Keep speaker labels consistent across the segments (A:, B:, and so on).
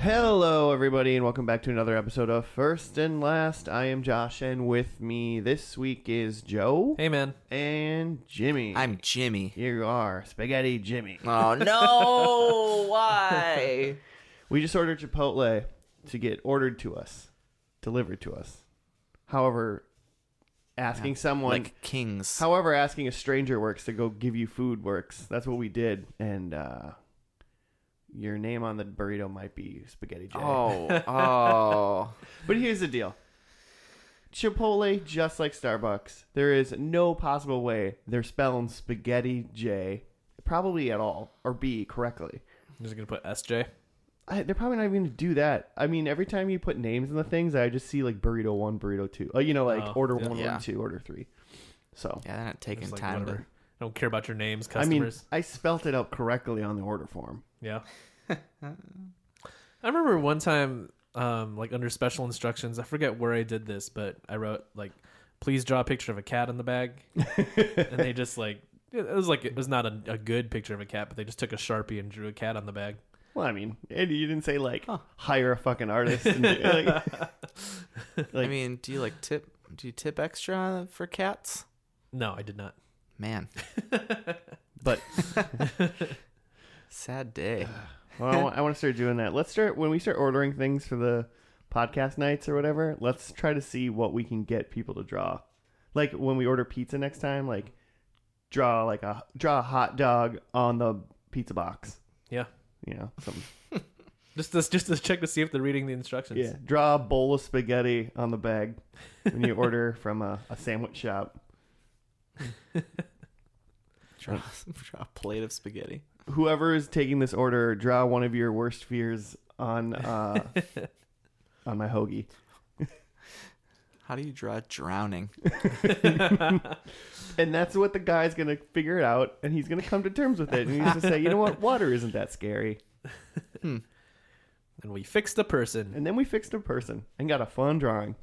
A: Hello, everybody, and welcome back to another episode of First and Last. I am Josh, and with me this week is Joe
B: Hey, man.
A: and Jimmy.
C: I'm Jimmy.
A: Here you are, Spaghetti Jimmy.
C: Oh no! Why?
A: We just ordered Chipotle to get ordered to us, delivered to us. However, asking someone,
C: Like kings.
A: however, asking a stranger works to go give you food works. That's what we did, and uh, your name on the burrito might be Spaghetti Jimmy.
C: oh, oh.
A: But here's the deal. Chipotle, just like Starbucks, there is no possible way they're spelling spaghetti J, probably at all, or B correctly.
B: I'm just gonna put SJ.
A: I, they're probably not even going to do that. I mean, every time you put names in the things, I just see like burrito one, burrito two. Uh, you know, like
B: Oh,
A: order
B: yeah.
A: one,
C: Yeah.
A: one, two, order three. So,
C: Yeah, they're not taking
B: Just like
C: time
B: whatever. I don't care about your names,
A: I mean,
B: customers.
A: I spelt it out correctly on the order form.
B: yeah. I remember one time, um, like under special instructions, I forget where I did this, but I wrote like, "Please draw a picture of a cat on the bag," and they just like it was like it was not a, a good picture of a cat, but they just took a sharpie and drew a cat on the bag.
A: Well, I mean, and you didn't say like hire a fucking artist. And do, like,
C: to.
A: Like-
C: I mean, do you like tip? Do you tip extra for cats?
B: No, I did not.
C: Man,
A: but
C: sad day.
A: Well, I want, I want to start doing that. Let's start when we start ordering things for the podcast nights or whatever. Let's try to see what we can get people to draw. Like when we order pizza next time, like draw like a draw a hot dog on the pizza box.
B: Yeah,
A: You know, something.
B: just to, just to check to see if they're reading the instructions.
A: yeah. Draw a bowl of spaghetti on the bag when you order from a, a sandwich shop.
C: Draw, draw a plate of spaghetti.
A: Whoever is taking this order, draw one of your worst fears on uh, on my hoagie.
C: How do you draw drowning?
A: And that's what the guy's gonna figure it out, and he's gonna come to terms with it, and he's gonna say, you know what, water isn't that scary.
B: and we fixed a person.
A: And then we fixed a person and got a fun drawing.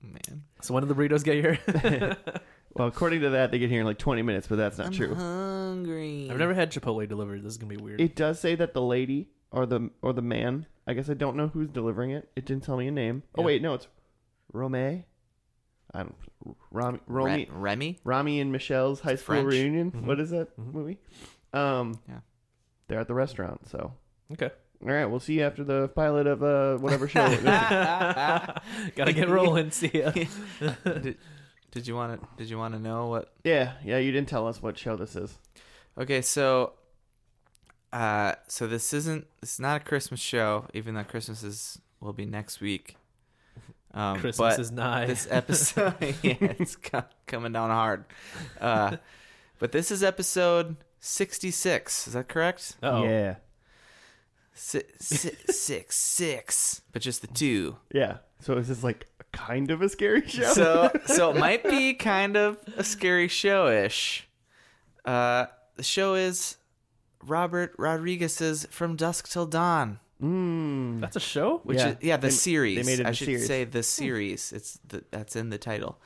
C: Man,
B: So when did the burritos get here?
A: Well, according to that, they get here in like 20 minutes, but that's not
C: I'm
A: true.
C: hungry.
B: I've never had Chipotle delivered. This is gonna be weird.
A: It does say that the lady or the or the man. I guess I don't know who's delivering it. It didn't tell me a name. Oh
B: Yeah.
A: wait, no, it's Romé. I don't Rami Romy
C: Re- Remy.
A: Rami and Michelle's high school
C: French. Mm-hmm.
A: reunion.
B: Mhm.
A: What is that
B: Mhm.
A: movie? Um,
C: Yeah.
A: they're at the restaurant. So
B: okay.
A: all right, we'll see you after the pilot of uh, whatever show. it is.
B: Gotta get rolling. See ya.
C: did, did you want to? Did you want to know what
A: Yeah, yeah, you didn't tell us what show this is.
C: Okay, so uh so this isn't it's not a Christmas show, even though Christmas is will be next week. Um
B: Christmas
C: but
B: is nigh.
C: this episode yeah, it's co- coming down hard. Uh but this is episode 66, is that correct?
B: oh
A: Yeah,
C: Si- si- six, six, but just the two.
A: yeah. So is this like kind of a scary show?
C: So so it might be kind of a scary show-ish. Uh the show is Robert Rodriguez's From Dusk Till Dawn.
A: mm.
B: That's a show?
C: which
A: Yeah.
C: is yeah
A: They-
C: the
A: they
C: series
A: made it
C: i
A: a
C: should
A: series.
C: say the series it's the, that's in the title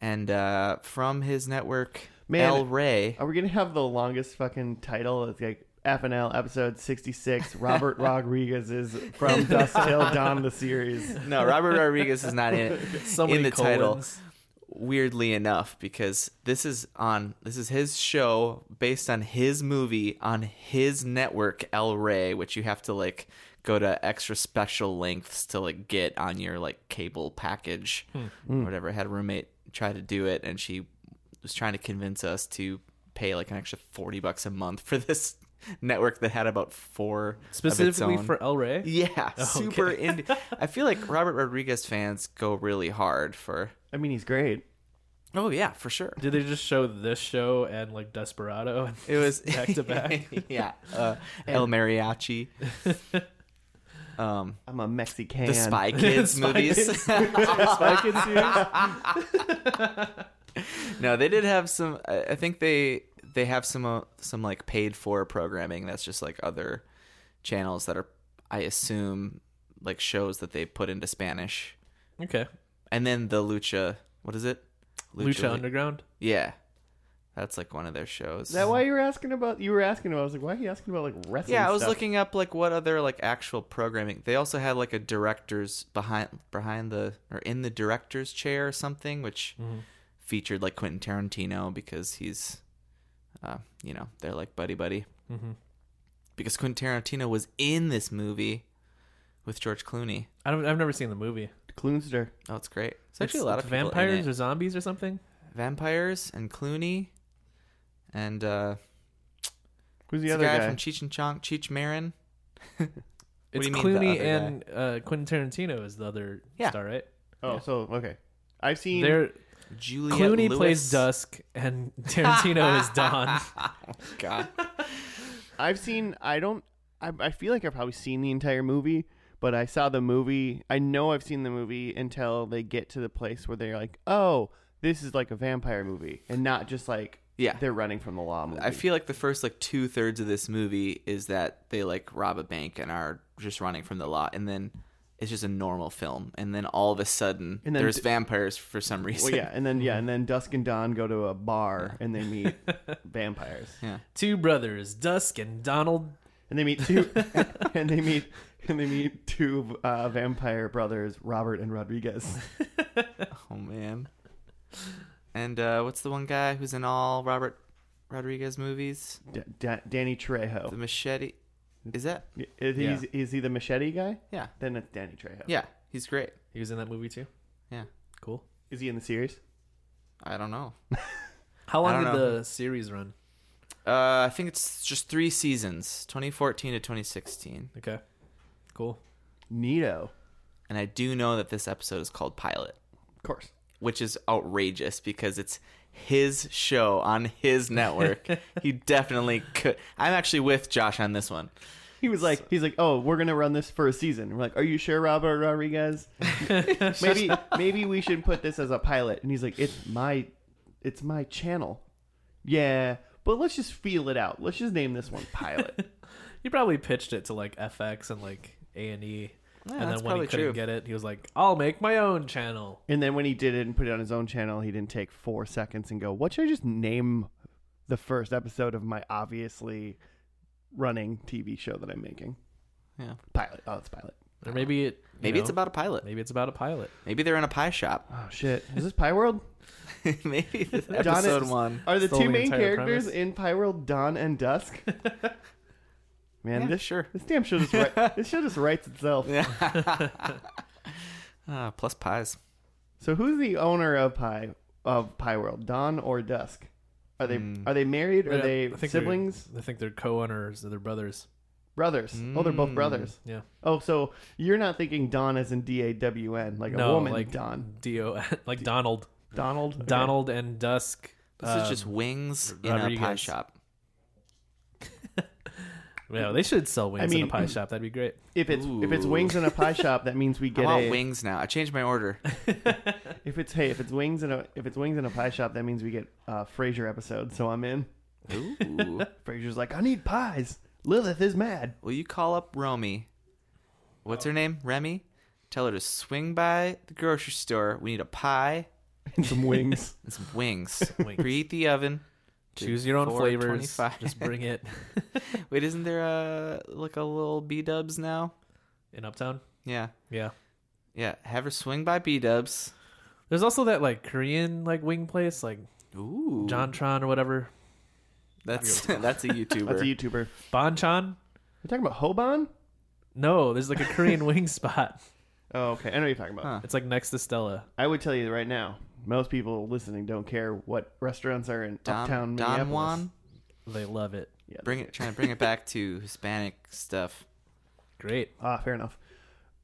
C: and uh from his network
A: Man,
C: el rey
A: Are we gonna have the longest fucking title? It's like FNL episode sixty six. Robert Rodriguez is from Dust Till Dawn the series.
C: no robert rodriguez is not in it
B: So
C: in
B: many
C: the title
B: colons.
C: weirdly enough because this is on this is his show based on his movie on his network el rey which you have to like go to extra special lengths to like get on your like cable package
B: Hmm.
C: or whatever I had a roommate try to do it and she was trying to convince us to pay like an extra 40 bucks a month for this network that had about four of
B: Specifically
C: its own.
B: for El Rey?
C: yeah
B: Oh,
C: super
B: okay.
C: indie i feel like robert rodriguez fans go really hard for
A: I mean, he's great.
C: oh yeah for sure
B: Did they just show this show and like Desperado?
C: It was
B: Back to back.
C: yeah, uh, El Mariachi. Um,
A: I'm a Mexican.
C: the Spy Kids
B: Spy
C: movies.
A: Spy Kids series.
C: no, they did have some. I I think they they have some uh, some like paid for programming that's just like other channels that are, I assume, like shows that they put into Spanish.
B: Okay.
C: And then the Lucha, what is it?
B: Lucha Underground?
C: Yeah, That's like one of their shows.
A: Is that why you were asking about? You were asking about. I was like, why are you asking about like wrestling?
C: yeah, I was
A: stuff?
C: looking up like what other like actual programming. They also had like a director's behind behind the or in the director's chair or something, which
B: Mm-hmm.
C: featured like Quentin Tarantino because he's, uh, you know, they're like buddy buddy.
B: Mm-hmm.
C: Because Quentin Tarantino was in this movie with George Clooney.
B: I don't. I've never seen the movie.
A: Kloonster.
C: Oh, it's great. It's actually a lot of people in
B: vampires
C: it.
B: or zombies or something.
C: vampires and Clooney, and uh,
A: Who's the
C: the
A: other
C: guy,
A: guy?
C: from Cheech and Chong, Cheech Marin. What
B: It's
C: do you mean the
B: Clooney
C: other
B: and uh, Quentin Tarantino is the other
C: Yeah.
B: star, right?
A: oh, so okay. I've seen.
B: They're,
C: Julia
B: Clooney
C: Lewis.
B: plays Dusk and Tarantino is Don.
C: God.
A: I've seen. I don't. I, I feel like I've probably seen the entire movie, but I saw the movie. I know I've seen the movie until they get to the place where they're like, "Oh, this is like a vampire movie," and not just like
C: Yeah.
A: they're running from the law movie.
C: I feel like the first like two thirds of this movie is that they like rob a bank and are just running from the law, and then it's just a normal film, and then all of a sudden
A: And then
C: there's
A: d-
C: vampires for some reason.
A: Well, yeah, and then yeah, and then Dusk and Dawn go to a bar and they meet vampires,
B: Two brothers, Dusk and Donald.
A: and they meet two, and they meet and they meet two uh, vampire brothers, Robert and Rodriguez.
C: Oh man. And uh, what's the one guy who's in all Robert Rodriguez movies?
A: D- Da- Danny
C: The
A: Trejo.
C: Machete.
A: Hmm.
C: Is that?
A: Is,
B: Yeah.
A: he, is he the machete guy?
C: Yeah.
A: Then it's Danny Trejo.
C: Yeah, he's great.
B: He was in that movie too.
C: Yeah.
B: Cool.
A: Is he in the series?
C: I don't know.
B: How
C: I
B: long did
C: don't know.
B: the series run?
C: Uh, I think it's just three seasons, 2014 to 2016.
B: Okay. Cool.
A: Nito.
C: And I do know that this episode is called Pilot,
A: Of course.
C: which is outrageous because it's his show on his network. he definitely could. I'm actually with Josh on this one.
A: He was like, he's like, oh, we're gonna run this for a season. We're like, are you sure, Robert Rodriguez? maybe, maybe we should put this as a pilot. And he's like, it's my, it's my channel. Yeah, but let's just feel it out. Let's just name this one pilot.
B: He probably pitched it to like FX and like A and E,
C: Yeah,
B: and
C: that's
B: then when
C: probably
B: he couldn't
C: true.
B: get it, he was like, "I'll make my own channel."
A: and then when he did it and put it on his own channel, he didn't take four seconds and go, what should I just name the first episode of my obviously running TV show that I'm making?
C: Yeah.
A: Pilot. Oh, it's pilot.
B: Or maybe it. you
C: Uh, Maybe it's
B: know,
C: about a pilot.
B: Maybe it's about a pilot.
C: Maybe they're in a pie shop.
A: Oh shit! Is this Pie World?
C: maybe this
A: John is-
C: episode one.
A: Are the
B: Stole
A: two
B: the
A: main
B: entire
A: characters
B: premise.
A: in Pyworld Dawn and Dusk? Man,
C: Yeah,
A: this
C: sure.
A: this damn show just wri- this show just writes itself.
C: Ah, plus pies.
A: So who's the owner of Pie of Pyworld, Dawn or Dusk? Are they are they married? Are
B: Yeah,
A: they
B: Hmm. I think they're-
A: siblings?
B: I think they're co-owners. They're brothers.
A: Brothers? Oh, they're
B: Hmm.
A: both brothers.
B: Yeah.
A: Oh, so you're not thinking Dawn as in D A W N, like a
B: no,
A: woman
B: like
A: Dawn,
B: D O. Like Donald.
A: Donald, Okay.
B: Donald and Dusk.
C: This is
B: um,
C: just wings in a pie
B: Rodriguez.
C: shop.
B: Yeah, they should sell wings in
A: mean-
B: a pie shop. That'd be great.
A: If it's if it's
C: Ooh.
A: wings in a pie shop, that means we
C: I
A: get
C: want
A: a
C: wings now. I changed my order.
A: if it's hey if it's wings in a if it's wings in a pie shop, that means we get uh, Frasier episode. So I'm in.
C: Ooh.
A: Frasier's like, I need pies. Lilith is mad.
C: Will you call up Romy? What's her name? Remy? Tell her to swing by the grocery store. We need a pie
A: And some wings.
C: and some wings.
B: Wings.
C: Preheat the oven.
B: Choose your own flavors.
C: 425.
B: Just bring it
C: Wait, isn't there a like a little B Dubs now?
B: in Uptown.
C: Yeah,
B: Yeah.
C: yeah. Have her swing by B Dubs.
B: There's also that like Korean like wing place, like
C: Ooh,
B: Jontron or whatever.
C: that's that's a YouTuber.
A: That's a YouTuber. We're
B: Bonchon?
A: talking about Hoban?
B: No, there's like a Korean wing spot.
A: Oh, okay. I know what you're talking about.
C: Huh.
B: It's like next to Stella.
A: I would tell you right now, most people listening don't care what restaurants are in
C: Don,
A: uptown
C: Don
A: Minneapolis.
C: Juan.
B: They love it.
A: Yeah,
C: Bring it, trying to bring it back to Hispanic stuff.
B: Great.
A: Ah, fair enough.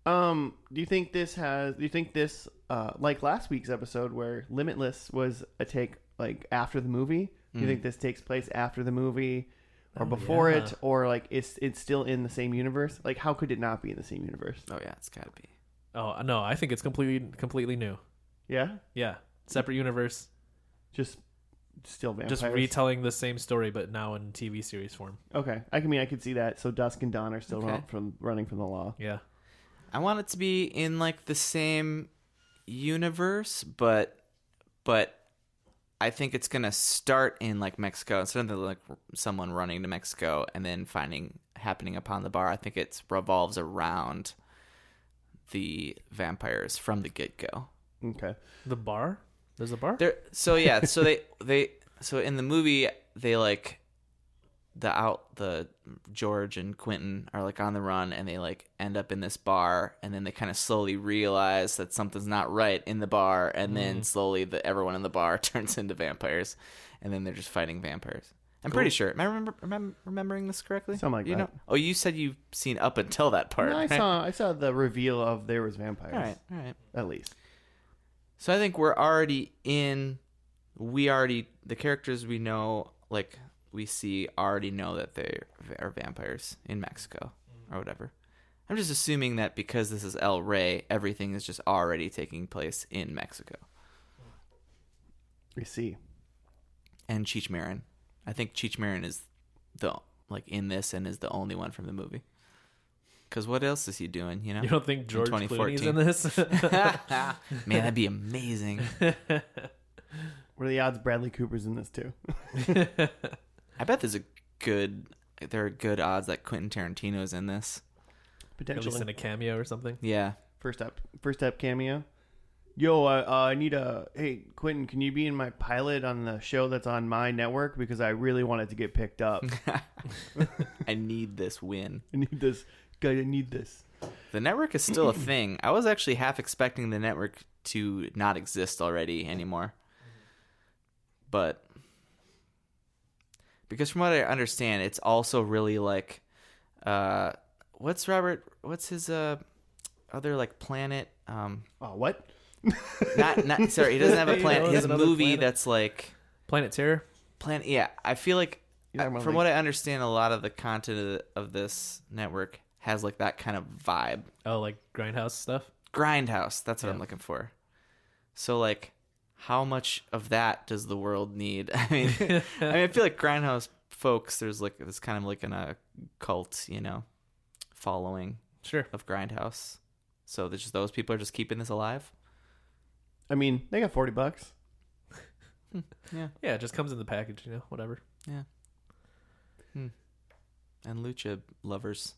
A: Um, do you think this has? Do you think this, uh, like last week's episode where Limitless was a take like after the movie? Do
C: Mm.
A: you think this takes place after the movie,
C: Oh,
A: or before
B: yeah.
A: it, or like it's it's still in the same universe? Like, how could it not be in the same universe?
C: Oh yeah, it's gotta be.
B: Oh no, I think it's completely completely new.
A: Yeah,
B: Yeah. Separate universe.
A: just still vampires.
B: Just retelling the same story but now in TV series form.
A: okay, I can mean I could see that. So Dusk and Dawn are still
C: Okay.
A: run, from running from the law.
B: Yeah.
C: I want it to be in like the same universe, but but I think it's gonna start in like Mexico instead of like someone running to Mexico and then finding happening upon the bar. I think it revolves around the vampires from the get go.
A: Okay.
B: The bar? There's a bar?
C: There. So yeah. So they they so in the movie they like the out the George and Quentin are like on the run and they like end up in this bar and then they kind of slowly realize that something's not right in the bar and
A: Mm.
C: then slowly the everyone in the bar turns into vampires and then they're just fighting vampires. I'm pretty sure. Am I remember, remem- remembering this correctly?
A: Something like
C: you
A: that.
C: Know? Oh, you said you've seen up until that part.
A: No, I
C: right?
A: saw I saw the reveal of there was vampires.
C: All right, all right.
A: At least.
C: So I think we're already in. We already the characters we know, like we see, already know that they are vampires in Mexico or whatever. I'm just assuming that because this is El Rey, everything is just already taking place in Mexico
A: We see.
C: and Cheech Marin. I think Cheech Marin is the like in this and is the only one from the movie. Because what else is he doing? You know,
B: You don't think George Clooney's in
C: 2014.
B: this?
C: man, that'd be amazing.
A: What are the odds Bradley Cooper's in this too?
C: I bet there's a good there are good odds that Quentin Tarantino's in this.
B: At
A: Potentially.
B: least in a cameo or something.
C: Yeah.
A: First up, first up cameo. Yo, I, uh, I need a hey Quentin. Can you be in my pilot on the show that's on my network because I really want it to get picked up.
C: I need this win.
A: I need this. guy. I need this.
C: The network is still a thing. I was actually half expecting the network to not exist already anymore. But because from what I understand, it's also really like uh what's Robert what's his uh other like planet um
A: Oh, what?
C: not not sorry, he doesn't have a
B: You
C: planet.
B: know,
C: His
B: another
C: movie
B: planet.
C: that's like
B: Planet Terror?
C: Planet. Yeah, I feel like
A: You're talking
C: uh,
A: about,
C: from
A: like-
C: what I understand, a lot of the content of, the, of this network has like that kind of vibe.
B: Oh, like Grindhouse stuff?
C: Grindhouse. That's what I'm looking for. So like, how much of that does the world need? I mean, I mean, I feel like Grindhouse folks. There's like this kind of like an uh, cult, you know, following
B: Sure.
C: of Grindhouse. So there's just those people are just keeping this alive.
A: I mean, they got forty bucks.
B: Yeah, it just comes in the package, you know, whatever.
C: And lucha lovers.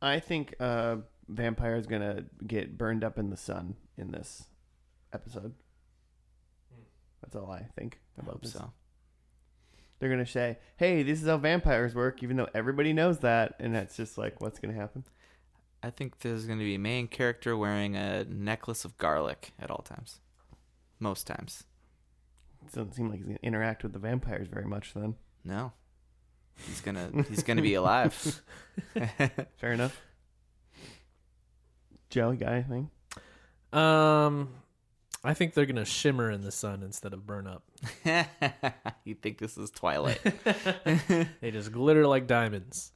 A: I think uh, vampire's gonna get burned up in the sun in this episode. That's all I think
C: I
A: about
C: hope
A: this.
C: so.
A: They're gonna say, "Hey, this is how vampires work," even though everybody knows that, and that's just like what's gonna happen.
C: I think there's going to be a main character wearing a necklace of garlic at all times. Most times.
A: It doesn't seem like he's gonna interact with the vampires very much. Then,
C: No. He's going to he's going to be alive.
A: fair enough. Joe, you got anything?
B: Um, I think they're gonna shimmer in the sun instead of burn up.
C: you think this is Twilight.
B: They just glitter like diamonds.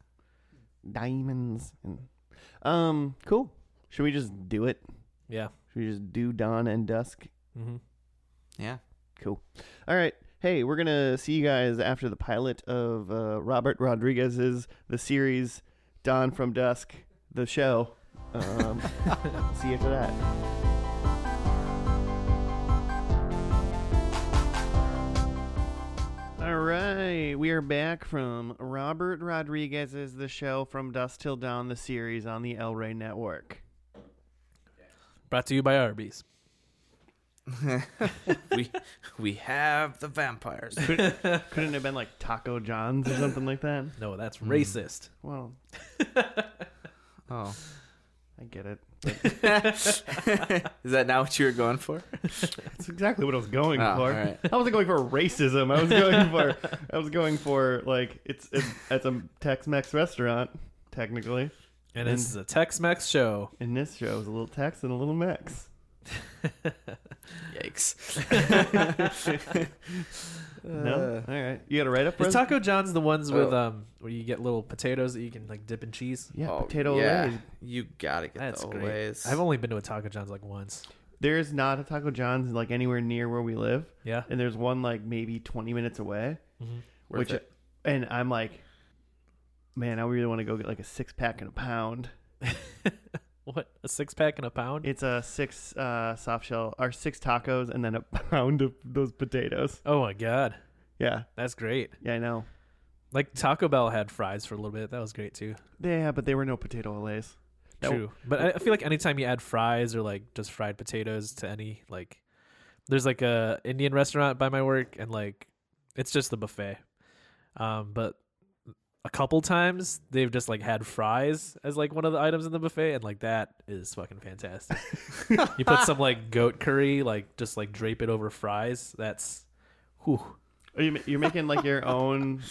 A: Diamonds and um, cool. Should we just do it?
B: Yeah.
A: Should we just do dawn and dusk?
B: Mm-hmm.
C: Yeah.
A: Cool. All right. Hey, we're gonna see you guys after the pilot of uh, Robert Rodriguez's the series Dawn from Dusk, the show. Um, see you after that. All right, we are back from Robert Rodriguez's The Show from Dusk Till Dawn, the series on the El Rey Network.
B: Brought to you by Arby's.
C: We we have the vampires.
A: Couldn't it have been like Taco John's or something like that.
B: No, that's racist.
A: Well,
C: Oh.
A: I get it.
C: Is that not what you were going for?
A: That's exactly what I was going
C: Ah,
A: for.
C: all right.
A: I wasn't going for racism. I was going for I was going for like it's it's, it's a Tex-Mex restaurant technically.
B: And this is a Tex-Mex show.
A: And this show is a little Tex and a little Mex.
C: Yikes.
A: no,
C: Uh.
A: all right. You got to write up for
B: Is
A: us.
B: Taco John's the ones with
C: Oh.
B: um where you get little potatoes that you can like dip in cheese?
A: yeah,
C: Oh,
A: potato
C: yeah.
A: Olays.
C: You got to get
B: That's
C: the
B: great.
C: Olays.
B: I've only been to a Taco John's like once.
A: There is not a Taco John's like anywhere near where we live,
B: Yeah. Mm-hmm.
A: and there's one like maybe 20 minutes away.
C: Worth
A: which
C: it.
A: and I'm like, man, I really want to go get like a six pack and a pound.
B: What? A six pack and a pound?
A: It's a six uh, soft shell or six tacos and then a pound of those potatoes.
B: oh my god,
A: Yeah,
B: that's great!
A: yeah, I know.
B: Like Taco Bell had fries for a little bit. That was great too.
A: Yeah, but they were no potato olays. That-
B: True, but I, I feel like anytime you add fries or like just fried potatoes to any like, there's like a Indian restaurant by my work, and like it's just the buffet. Um, but a couple times they've just like had fries as like one of the items in the buffet, and like that is fucking fantastic. you put some like goat curry, like just like drape it over fries. That's, whew.
A: Are you, ma- you're making like your own,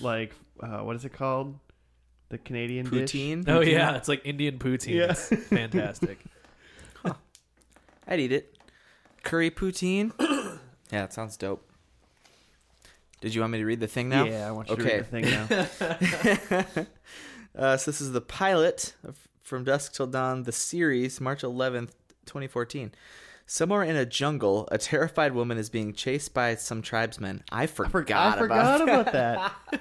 A: like uh, what is it called? The Canadian dish.
C: Poutine?
B: Oh yeah, it's like Indian poutine.
A: Yeah.
B: It's fantastic.
C: I'd eat it. Curry poutine? yeah, it sounds dope. Did you want me to read the thing now?
A: Yeah, I want you to
C: Okay.
A: read the thing now.
C: uh, so this is the pilot of from Dusk Till Dawn, the series, March 11th, 2014. Somewhere in a jungle, a terrified woman is being chased by some tribesmen. I forgot,
A: Forgot, I forgot
C: about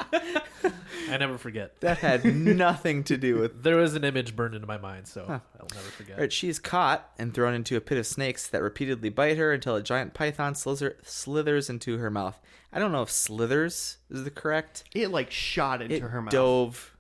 A: about that.
B: I never forget.
C: that. Had nothing to do with.
B: There was an image burned into my mind, so I'll never forget.
C: All right, she is caught and thrown into a pit of snakes that repeatedly bite her until a giant python slither- slithers into her mouth. I don't know if slithers is the correct.
A: It like shot into
C: It
A: her mouth.
C: dove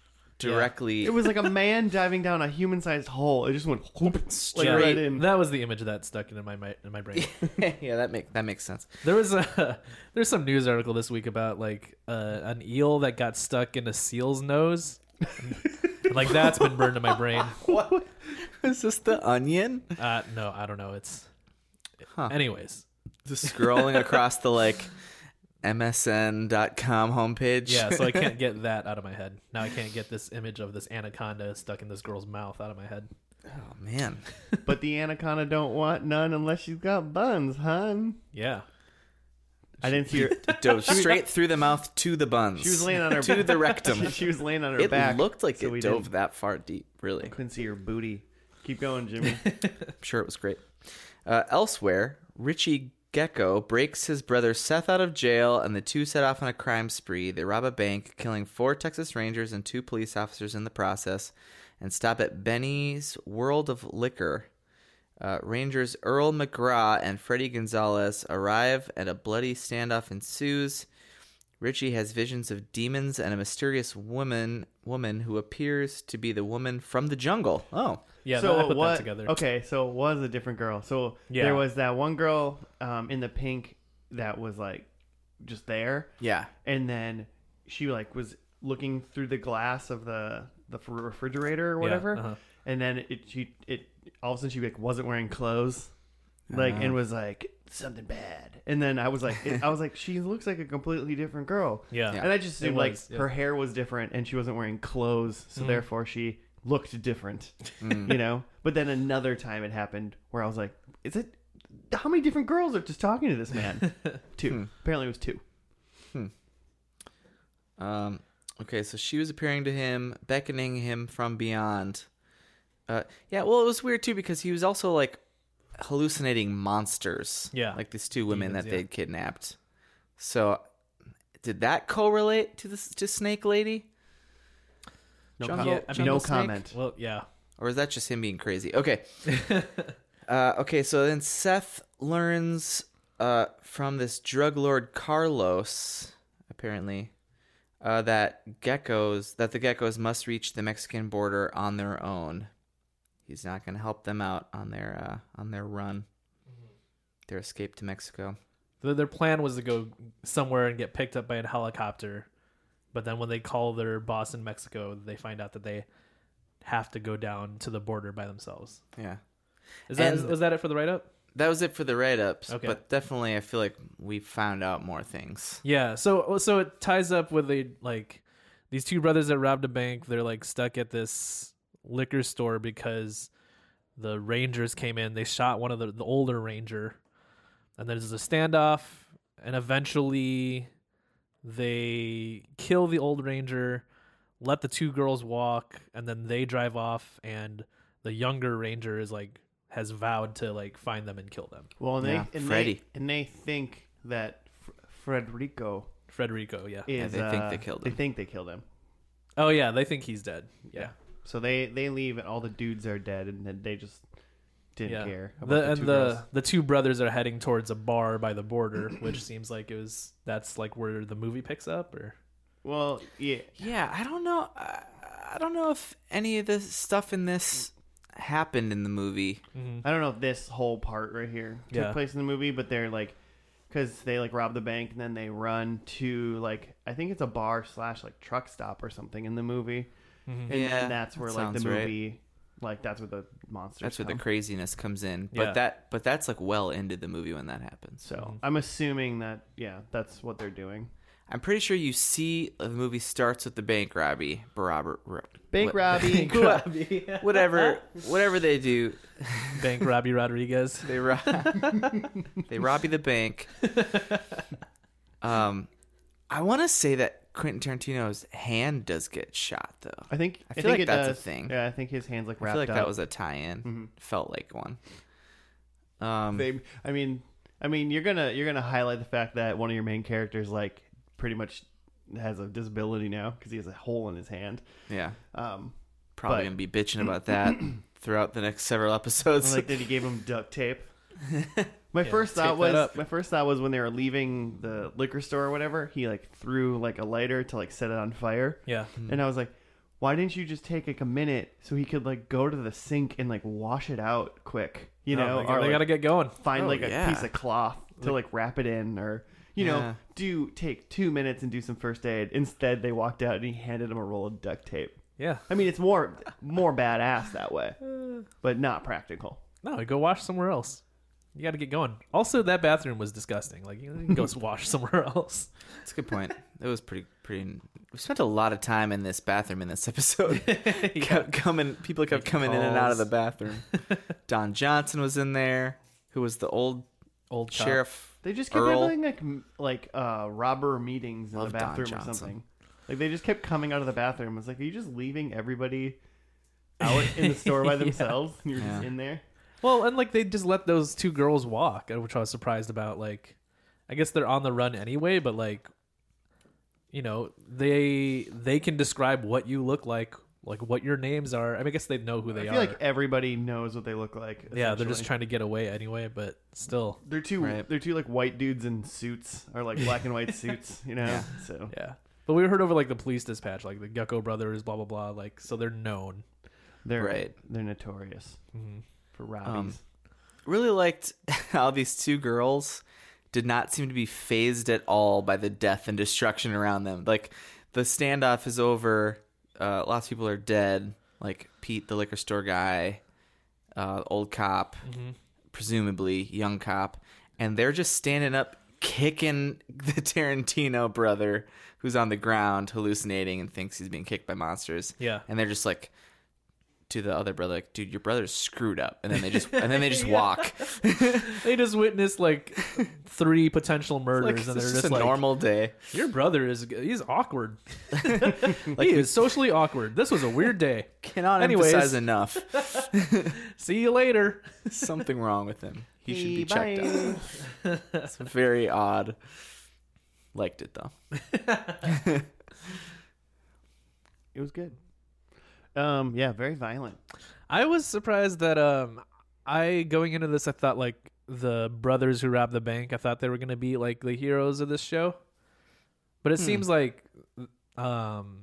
C: directly.
A: It was like a man diving down a human-sized hole. It just went whoop, like
B: Yeah,
A: right in.
B: That was the image that stuck into my mi- in my brain.
C: yeah, that make that makes sense.
B: there was a there's some news article this week about like uh, an eel that got stuck in a seal's nose. And, like that's been burned in my brain.
C: What is this? The onion?
B: Uh, no, I don't know. It's
C: Huh.
B: anyways.
C: Just scrolling across the like MSN.com homepage.
B: Yeah, so I can't get that out of my head. Now I can't get this image of this anaconda stuck in this girl's mouth out of my head.
C: oh man,
A: But the anaconda don't want none unless she's got buns, hun.
B: Yeah.
A: I didn't see her.
C: it dove straight through the mouth to the buns.
A: She was laying on her
C: to the rectum.
A: She, she was laying on her
C: it
A: back.
C: looked like
A: so we
C: it dove
A: didn't-
C: that far deep. Really,
A: Couldn't see her booty. Keep going, Jimmy.
C: I'm sure it was great. Uh, elsewhere, Richie Gecko breaks his brother Seth out of jail, and the two set off on a crime spree. They rob a bank, killing four Texas Rangers and two police officers in the process, and stop at Benny's World of Liquor. Uh, Rangers Earl McGraw and Freddie Gonzalez arrive, and a bloody standoff ensues. Richie has visions of demons and a mysterious woman woman who appears to be the woman from the jungle. Oh,
B: Yeah,
A: so
B: I
A: it
B: put
A: was,
B: that together.
A: Okay, so it was a different girl. So
B: Yeah.
A: there was that one girl um, in the pink that was like just there,
C: yeah,
A: and then she like was looking through the glass of the the fr- refrigerator or
B: Yeah,
A: whatever,
B: uh-huh.
A: and then it she it all of a sudden she like wasn't wearing clothes, like and was like something bad, and then I was like it, I was like she looks like a completely different girl,
B: Yeah.
A: and I just assumed like
B: was, yeah.
A: her hair was Mm. different and she wasn't wearing clothes, so therefore she looked different, you know. But then another time it happened where I was like, is it? How many different girls are just talking to this man? two. Apparently it was two.
C: Um, okay, so she was appearing to him, beckoning him from beyond. Uh, yeah, well, it was weird too because he was also like hallucinating monsters.
B: Yeah.
C: like these two women
B: Demons,
C: that
B: yeah.
C: they'd kidnapped. So, did that correlate to this to Snake Lady?
A: No
C: Jungle-
A: comment.
B: I mean,
A: no
C: Jungle Snake?
A: comment.
B: Well, yeah.
C: Or is that just him being crazy? Okay. uh, okay, so then Seth learns uh, from this drug lord Carlos, apparently, uh, that geckos that the geckos must reach the Mexican border on their own. He's not going to help them out on their uh, on their run, their escape to Mexico.
B: Their, their plan was to go somewhere and get picked up by a helicopter, but then when they call their boss in Mexico, they find out that they have to go down to the border by themselves.
C: Yeah,
B: Is that
C: And-
B: was that it for the write up?
C: that was it for the write ups.
B: Okay.
C: But definitely, I feel like we found out more things.
B: Yeah. So oh, so it ties up with the like these two brothers that robbed a bank. They're like stuck at this liquor store because the rangers came in. They shot one of the, the older ranger, and there's a standoff. And eventually, they kill the old ranger, let the two girls walk, and then they drive off. And the younger ranger is like has vowed to like find them and kill them.
A: Well, and they,
C: Yeah,
A: and,
C: Freddy.
A: they and they think that Fr- Frederico
B: Frederico, yeah.
A: is.
C: they think
A: uh,
C: they killed
A: They
C: him.
A: think they killed him.
B: Oh yeah, they think he's dead. yeah.
A: So they they leave, and all the dudes are dead, and then they just didn't
B: yeah.
A: care. About
B: The,
A: the,
B: and
A: two
B: the
A: girls.
B: the two brothers are heading towards a bar by the border, which seems like it was that's like where the movie picks up. Or
A: Well, yeah,
C: Yeah, I don't know. I, I don't know if any of the stuff in this happened in the movie.
B: Mm-hmm.
A: I don't know if this whole part right here took
B: Yeah.
A: place in the movie, but they're like, because they like rob the bank and then they run to like I think it's a bar slash like truck stop or something in the movie, and
C: Yeah,
A: then that's where
C: Mm-hmm. that
A: like the
C: sounds right.
A: movie, like that's where the monsters.
C: That's where
A: come.
C: the craziness comes in.
B: Yeah.
C: But that but that's like well into the movie when that happens.
A: so I'm assuming that yeah, that's what they're doing.
C: I'm pretty sure you see the movie starts with the bank robbery, robber, ro-
A: Bank
C: what-
A: robbie.
C: whatever, whatever they do,
B: Bank Robbie Rodriguez.
C: they rob, they robbie the bank. Um, I want to say that Quentin Tarantino's hand does get shot though.
A: I think
C: I
A: I,
C: feel
A: think
C: like
A: it
C: that's a
A: does.
C: thing.
A: Yeah, I think his hands like
C: I
A: wrapped
C: feel like
A: up. Mm-hmm.
C: that was a tie-in. Felt like one.
B: Hmm.
C: Um,
A: they i mean i mean you're gonna you're gonna highlight the fact that one of your main characters like pretty much has a disability now because he has a hole in his hand
C: yeah,
A: um
C: probably
A: But-
C: gonna be bitching about that throughout the next several episodes.
A: like then he gave him duct tape my first
B: tape that
A: thought was
B: up.
A: my first thought was when they were leaving the liquor store or whatever he like threw like a lighter to like set it on fire
B: Yeah,
A: and i was like why didn't you just take like a minute so he could like go to the sink and like wash it out quick you
B: No,
A: know
B: they,
A: or,
B: Oh they
A: like,
B: gotta get going.
A: find
C: Oh,
A: like a
C: yeah.
A: piece of cloth to like wrap it in or you
C: Yeah.
A: know do take two minutes and do some first aid instead they walked out and he handed him a roll of duct tape
B: Yeah,
A: i mean it's more more badass that way but not practical
B: no, go wash somewhere else. You gotta get going. Also, that bathroom was disgusting. Like you can go wash somewhere else.
C: That's a good point. It was pretty pretty. We spent a lot of time in this bathroom in this episode. Kept coming, people kept coming in and out of the bathroom. Don Johnson was in there, who was the old
B: Old cop.
C: sheriff.
A: they just kept
C: Earl.
A: having like m- like uh robber meetings in
C: Love
A: the
C: Don
A: bathroom or
C: Johnson.
A: something like they just kept coming out of the bathroom it's like are you just leaving everybody out in the store by
B: Yeah.
A: themselves and you're just
C: Yeah.
A: in there
B: Well, and like they just let those two girls walk, uh, which I was surprised about. Like, I guess they're on the run anyway, but like, you know, they they can describe what you look like, like what your names are. I mean, I guess they know who they
A: i
B: are.
A: feel like everybody knows what they look like
B: yeah, they're
A: essentially.
B: just trying to get away anyway, but still,
A: They're two.
C: Right.
A: They're two like white dudes in suits, or like black and white suits. You know.
C: Yeah.
A: So
B: yeah. But we heard over like the police dispatch, like the Gecko brothers, blah blah blah. Like, so they're known.
A: they're
C: Right.
A: They're notorious for robbies.
C: Um, Really liked how these two girls did not seem to be phased at all by the death and destruction around them. Like the standoff is over. Uh, lots of people are dead. Like Pete, the liquor store guy, uh, old cop,
B: Mm-hmm.
C: presumably young cop, and they're just standing up, kicking the Tarantino brother who's on the ground hallucinating and thinks he's being kicked by monsters.
B: Yeah.
C: and they're just like to the other brother, like, dude, your brother's screwed up, and then they just and then they just walk.
B: They just witnessed like three potential murders,
C: Like, it's
B: and
C: just,
B: they're just
C: a
B: like,
C: normal day.
B: "Your brother is he's awkward. he is socially awkward. This was a weird day."
C: Cannot
B: Anyways.
C: emphasize enough.
B: See you later.
C: Something wrong with him. He should be
A: Hey,
C: checked out.
A: bye.
C: It's very odd. Liked it though.
A: It was good. Um. Yeah. Very violent.
B: I was surprised that um I going into this I thought like the brothers who robbed the bank, I thought they were gonna be like the heroes of this show. But it seems like um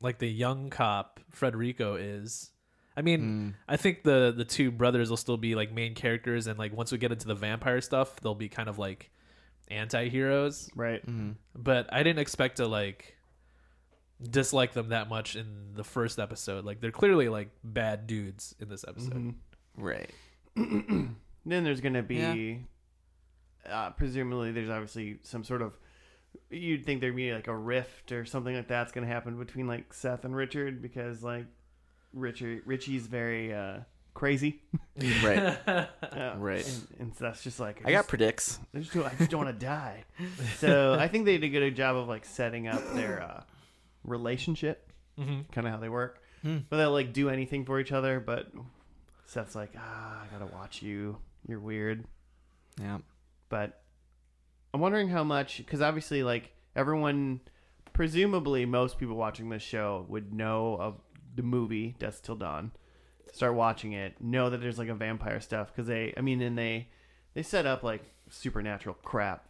B: like the young cop Frederico is. I mean, I think the the two brothers will still be like main characters and like once we get into the vampire stuff, they'll be kind of like anti-heroes,
A: Right.
B: but I didn't expect to like dislike them that much in the first episode. Like they're clearly like bad dudes in this episode.
C: Mm-hmm.
A: Mm-hmm.
C: Right.
A: Then there's gonna be, uh, presumably, there's obviously some sort of. You'd think there'd be like a rift or something like that's gonna happen between like Seth and Richard because like, Richard Richie's very uh crazy.
C: Right.
A: Uh,
C: Right.
A: And, and so that's just like
C: I got predicts.
A: I just, I just don't want to die. So I think they did a good job of like setting up their uh, relationship, kind of how they work. But they'll like do anything for each other. But Seth's like, ah, I gotta watch you. You're weird.
C: Yeah.
A: But I'm wondering how much, because obviously, like everyone, presumably most people watching this show would know of the movie Dust Till Dawn, start watching it, know that there's like a vampire stuff because they, I mean, and they they set up like supernatural crap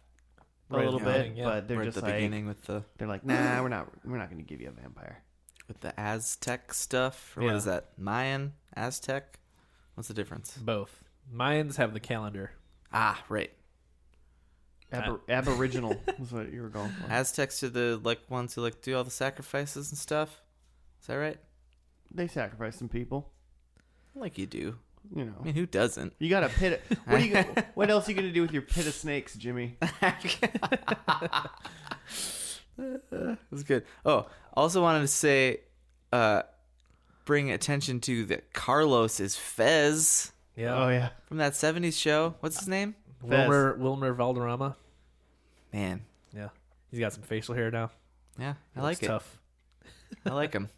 A: a
B: Right at
A: little
B: the
A: bit,
B: beginning, yeah.
A: but they're
C: We're at
A: just
C: the
A: like
C: beginning with the
A: they're like, nah, we're not we're not going to give you a vampire.
C: with the Aztec stuff. Or
B: Yeah.
C: What is that? Mayan, Aztec. What's the difference?
B: Both Mayans have the calendar.
C: Ah, right.
A: Abor- Aboriginal was what you were going for.
C: Aztecs are the like ones who like do all the sacrifices and stuff. Is that right?
A: They sacrificed some people,
C: Like you do.
A: you
C: I
A: know.
C: mean, who doesn't?
A: You got a pit. What, are you, gonna- what else are you going to do with your pit of snakes, Jimmy?
C: It was good. Oh, also wanted to say, uh, bring attention to that Carlos is Fez
B: Yeah,
A: Oh yeah,
C: from that '70s show. What's his name?
B: Wilmer Wilmer Valderrama.
C: Man,
B: Yeah, he's got some facial hair now.
C: yeah, I
B: Looks
C: like it.
B: Tough.
C: I like him.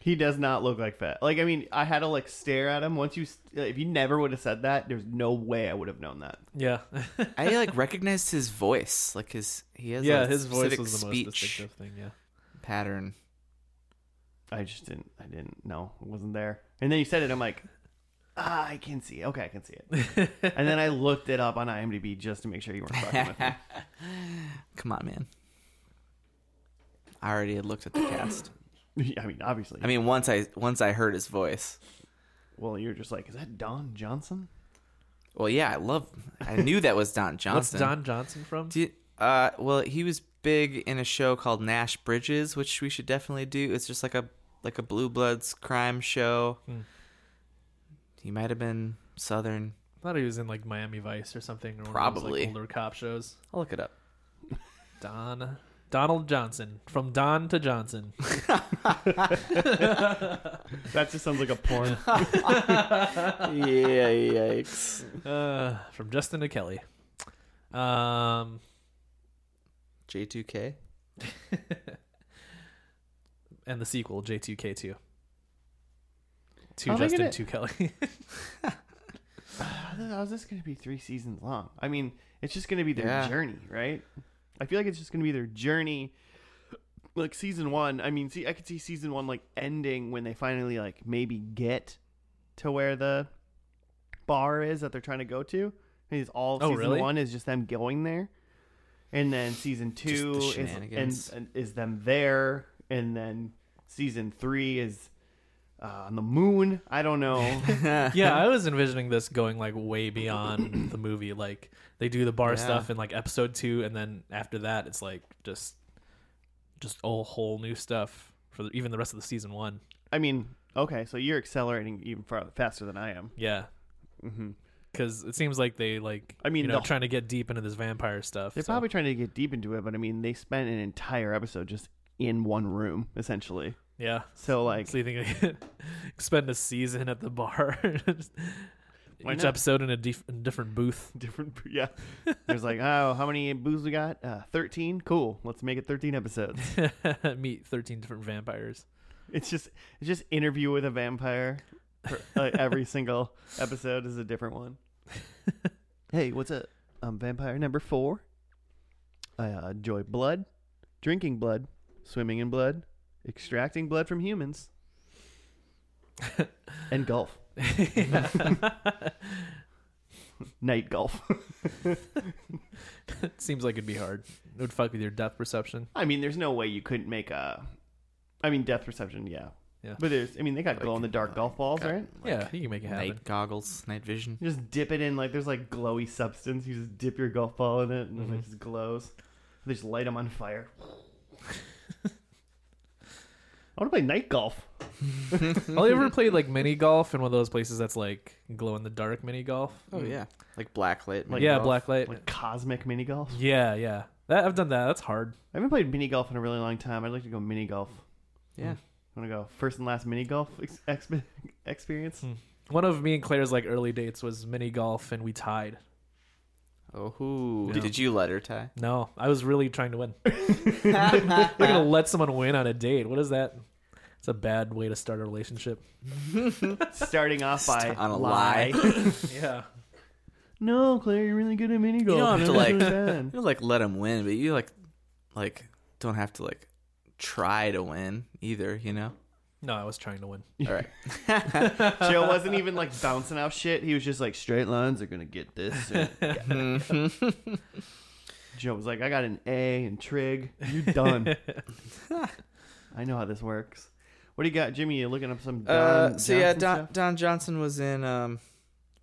A: he does not look like fat. Like I mean, I had to like stare at him once you. st- If you never would have said that, there's no way I would have known that.
B: Yeah,
C: I like recognized his voice, like his he has
B: yeah.
C: a
B: His voice
C: specific
B: was the most
C: speech
B: distinctive thing. Yeah.
C: pattern.
A: I just didn't. I didn't know. It wasn't there. And then you said it. I'm like, ah, I can see. It. Okay, I can see it. and then I looked it up on IMDb just to make sure you weren't fucking with me.
C: Come on, man. I already had looked at the cast.
A: I mean, obviously.
C: I mean, once I once I heard his voice.
A: well, you're just like, is that Don Johnson?
C: Well, yeah, I love. I knew that was Don
B: What's
C: Johnson.
B: Don Johnson from?
C: Do you- uh, well, he was big in a show called Nash Bridges, which we should definitely do. It's just like a like a blue bloods crime show.
B: Hmm.
C: He might have been Southern.
B: I thought he was in like Miami Vice or something. Or one of those,
C: Probably.
B: like, older cop shows.
C: I'll look it up.
B: Don Donald Johnson from Don to Johnson.
A: That just sounds like a porn.
C: yeah, yikes.
B: Uh, from Justin to Kelly. Um,
C: J2K.
B: and the sequel J2K2. To
A: Oh, they get
B: Justin
A: it.
B: to Kelly.
A: How is this going to be three seasons long? I mean, it's just going to be their
C: Yeah.
A: journey, right? I feel like it's just going to be their journey. Like season one, I mean, see, I could see season one like ending when they finally like maybe get to where the bar is that they're trying to go to. And it's all
B: Oh,
A: season
B: really?
A: one is just them going there, and then season two
C: the
A: is
C: shenanigans.
A: and, and is them there, and then season three is uh, on the moon. I don't know.
B: Oh. yeah, I was envisioning this going like way beyond the movie. Like they do the bar
C: Yeah.
B: stuff in like episode two, and then after that, it's like just just all whole new stuff for the, even the rest of the season one.
A: I mean, okay, so you're accelerating even far, faster than I am.
B: Yeah,
A: Mm-hmm.
B: because it seems like they like
A: I mean,
B: you know
A: the-
B: trying to get deep into this vampire stuff.
A: They're
B: so-
A: probably trying to get deep into it, but I mean, they spent an entire episode just in one room, essentially.
B: yeah.
A: So, like,
B: So you think they could spend a season at the bar?
A: Why
B: Each
A: not?
B: episode in a dif- in a different booth.
A: different, yeah. There's like, oh, how many booze we got? Uh, 13? Cool. Let's make it 13 episodes.
B: Meet thirteen different vampires.
A: It's just, it's just interview with a vampire. For, like, every single episode is a different one. hey, what's up? I'm vampire number four. I uh, enjoy blood, drinking blood, swimming in blood, extracting blood from humans, and golf. Night golf.
B: Seems like it'd be hard. It would fuck with your depth perception.
A: I mean, there's no way you couldn't make a. I mean, depth perception, yeah.
B: Yeah.
A: But there's, I mean, they got glow in the dark golf balls,
C: got-
A: right?
B: yeah, you can make it happen.
C: Night goggles, night vision.
A: You just dip it in like there's like glowy substance. You just dip your golf ball in it, and then it just glows. They just light them on fire. I want to play night golf.
B: Have you ever played like mini golf in one of those places that's like glow in the dark mini golf?
C: Oh yeah, like blacklight.
A: Like-
B: yeah,
A: golf.
B: black light.
A: like cosmic mini golf.
B: yeah, yeah. That I've done that. That's hard.
A: I haven't played mini golf in a really long time. I'd like to go mini golf.
C: yeah.
A: Want to go first and last mini golf ex- exp- experience?
B: One of me and Claire's like early dates was mini golf, and we tied.
C: Oh, who
B: Yeah.
C: did you let her tie?
B: No, I was really trying to win. You're gonna let someone win on a date. What is that? It's a bad way to start a relationship.
A: Starting off by
C: on a lie.
B: Yeah.
A: no, Claire, you're really good at mini golf.
C: don't have to,
A: That's
C: like-
A: really bad.
C: You like let him win, but you like like don't have to like try to win either. You know,
B: No, I was trying to win.
C: All right.
A: Joe wasn't even like bouncing out shit. He was just like, straight lines are gonna get this. and-
C: Mm-hmm.
A: Joe was like, I got an A and trig. You done? I know how this works. What do you got, Jimmy? You looking up some? Don
C: uh, so yeah,
A: Johnson
C: Don,
A: stuff?
C: Don Johnson was in. Um,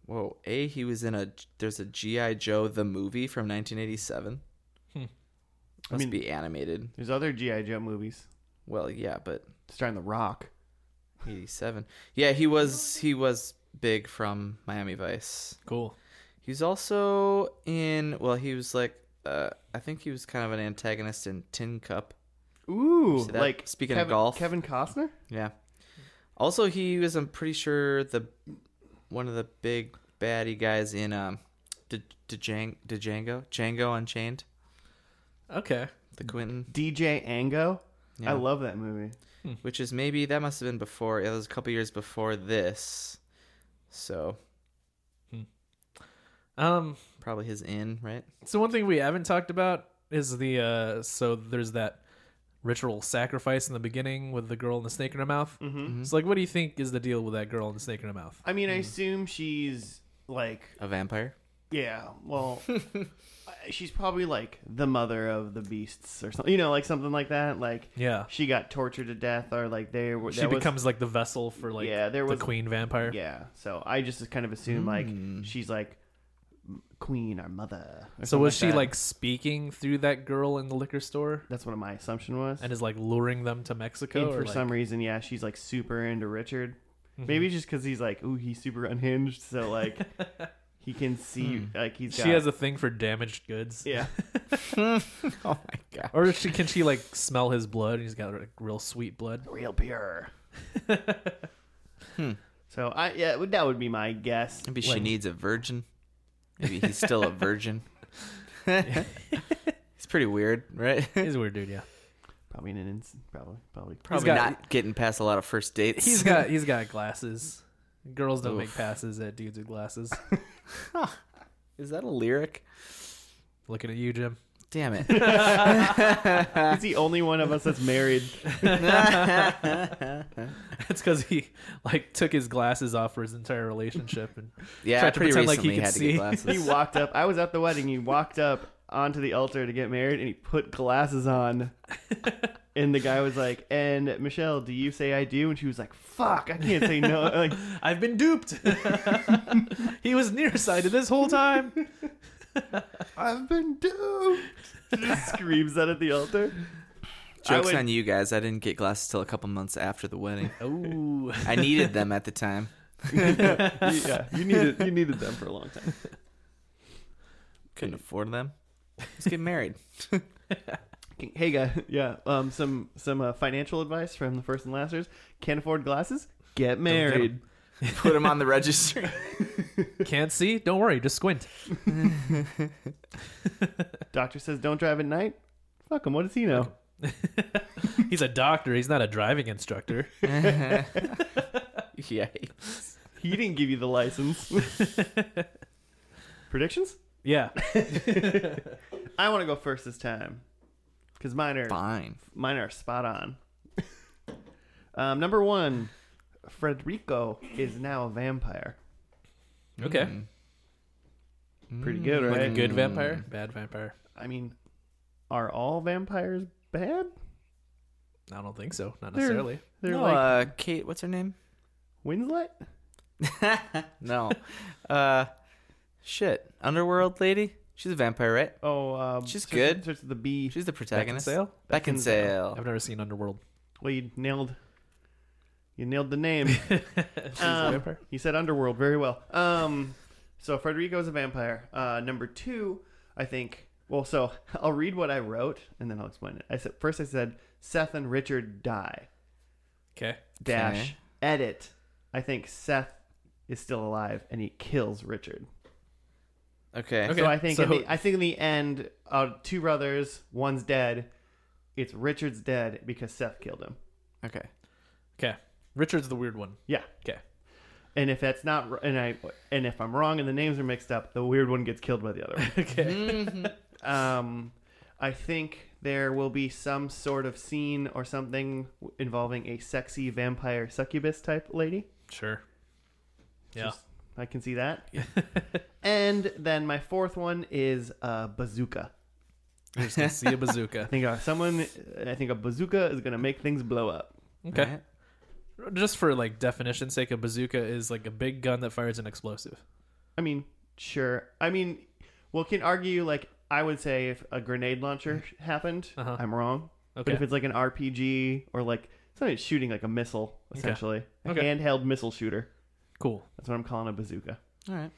C: whoa, a he was in a. There's a GI Joe the movie from 1987.
B: Hmm.
C: Must
A: mean-
C: be animated.
A: There's other GI Joe movies
C: Well, yeah, but
A: starring The Rock.
C: 87. Yeah, he was he was big from Miami Vice.
B: Cool.
C: He's also in. Well, he was like. Uh, I think he was kind of an antagonist in Tin Cup.
A: Ooh,
C: See that?
A: like
C: Speaking of
A: Kevin,
C: golf.
A: Kevin Costner.
C: Yeah. Also, he was. I'm pretty sure the one of the big baddie guys in um, D- D- Djang- Django Django Unchained.
B: Okay.
C: The Quentin,
A: DJ Ango.
C: Yeah.
A: I love that movie.
C: which is maybe that must have been before. It was a couple years before this, so
B: Um.
C: probably his in right.
B: So one thing we haven't talked about is the uh. So there's that ritual sacrifice in the beginning with the girl and the snake in her mouth. Mm-hmm. It's like, what do you think is the deal with that girl and the snake in her mouth?
A: I mean, I assume she's like,
C: A vampire.
A: yeah, well, I- she's probably like the mother of the beasts or something. You know, like something like that. Like
B: Yeah.
A: she got tortured to death, or like they were.
B: She
A: that was-
B: becomes like the vessel for like
A: Yeah, there was-
B: the queen Hmm. vampire.
A: Yeah. So I just kind of assume
C: Hmm.
A: like she's like m- queen or mother. or
B: So
A: something
B: was she
A: that.
B: like speaking through that girl in the liquor store
A: That's what my assumption was.
B: and is like luring them to Mexico?
A: And
B: or,
A: for
B: like- mm-hmm.
A: some reason, yeah, she's like super into Richard. Maybe it's just because he's like, ooh, he's super unhinged. So like, he can see like he's. Got,
B: she has a thing for damaged goods.
A: yeah.
C: Oh my god.
B: Or is she can she like smell his blood? and He's got like real sweet blood.
A: real pure. So I yeah it would- that would be my guess.
C: Hmm. Maybe she
A: Like,
C: needs a virgin. Maybe he's still a virgin. He's pretty weird, right?
B: He's a weird dude, yeah.
A: probably an ins- probably probably
C: Probably
B: got-
C: not getting past a lot of first dates.
B: He's got he's got glasses. Girls don't make
C: Oof.
B: passes at dudes with glasses.
C: Is that a lyric?
B: Looking at you, Jim.
C: Damn it.
A: he's the only one of us that's married.
B: It's because he like took his glasses off for his entire relationship and
C: Yeah,
B: tried to
C: pretty
B: pretend like
C: recently
B: he could
C: had to
B: see.
C: get glasses.
A: He walked up. I was at the wedding. He walked up onto the altar to get married, and he put glasses on. And the guy was like, "And Michelle, do you say I do?" And she was like, "Fuck, I can't say no." Like,
B: I've been duped. he was nearsighted this whole time.
A: I've been duped. Just screams that at the altar. I
C: Joke's
A: would-
C: on you guys. I didn't get glasses till a couple months after the wedding.
B: Oh,
C: I needed them at the time.
A: yeah, you needed you needed them for a long time.
C: Couldn't afford them. Let's get married.
A: Hey guy, yeah. Um, some some uh, financial advice from the first and lasters. Can't afford glasses? Get married.
C: Put them on the registry.
B: can't see? Don't worry, just squint.
A: Doctor says don't drive at night. Fuck him. What does he know?
B: He's a doctor. He's not a driving instructor.
C: yeah.
A: He didn't give you the license. Predictions?
B: Yeah.
A: I want to go first this time because mine are
C: Fine.
A: mine are spot on. um, number one, Frederico is now a vampire.
B: Okay.
C: Mm.
A: Pretty good, right?
B: Like a good vampire, Mm, bad vampire.
A: I mean, are all vampires bad?
B: I don't think so. Not
A: They're-
B: necessarily.
A: They're
C: no,
A: like
C: uh, Kate, what's her name?
A: Winslet.
C: no. Uh, shit. Underworld lady? She's a vampire, right?
A: Oh, um,
C: She's
A: starts-
C: good.
A: Starts with the B.
C: She's the protagonist.
B: Beckinsale?
C: Beckinsale.
B: I've never seen Underworld.
A: Well, you nailed. You nailed the name.
B: She's a
A: Um,
B: vampire.
A: You said underworld very well. Um, so Frederico's a vampire. Uh, number two, I think. Well, so I'll read what I wrote and then I'll explain it. I said first I said Seth and Richard die.
B: Okay.
A: Dash
C: Okay.
A: edit. I think Seth is still alive and he kills Richard.
C: Okay.
B: Okay.
A: So I think in
B: so-
A: the, I think in the end, uh, two brothers, one's dead. It's Richard's dead because Seth killed him.
C: Okay.
B: Okay. Richard's the weird one.
A: Yeah.
B: Okay.
A: And if that's not r- and I and
B: Mm-hmm.
A: if I'm wrong and the names are mixed up, the weird one gets killed by the other one.
B: Okay.
A: Um, I think there will be some sort of scene or something w- involving a sexy vampire succubus type lady.
B: Sure. Yeah.
A: Just- I can see that. and then my fourth one is a bazooka.
B: We're just gonna see a
A: I
B: bazooka.
A: think uh, someone, I think a bazooka is gonna make things blow up.
B: Okay.
C: Right?
B: Just for like definition's sake, a bazooka is like a big gun that fires an explosive.
A: I mean, sure. I mean, well, can argue like I would say if a grenade launcher happened,
B: Uh-huh.
A: I'm wrong.
B: Okay.
A: But if it's like an RPG or like somebody's shooting like a missile, essentially, a
B: Okay.
A: handheld missile shooter.
B: cool.
A: That's what I'm calling a bazooka.
C: All right.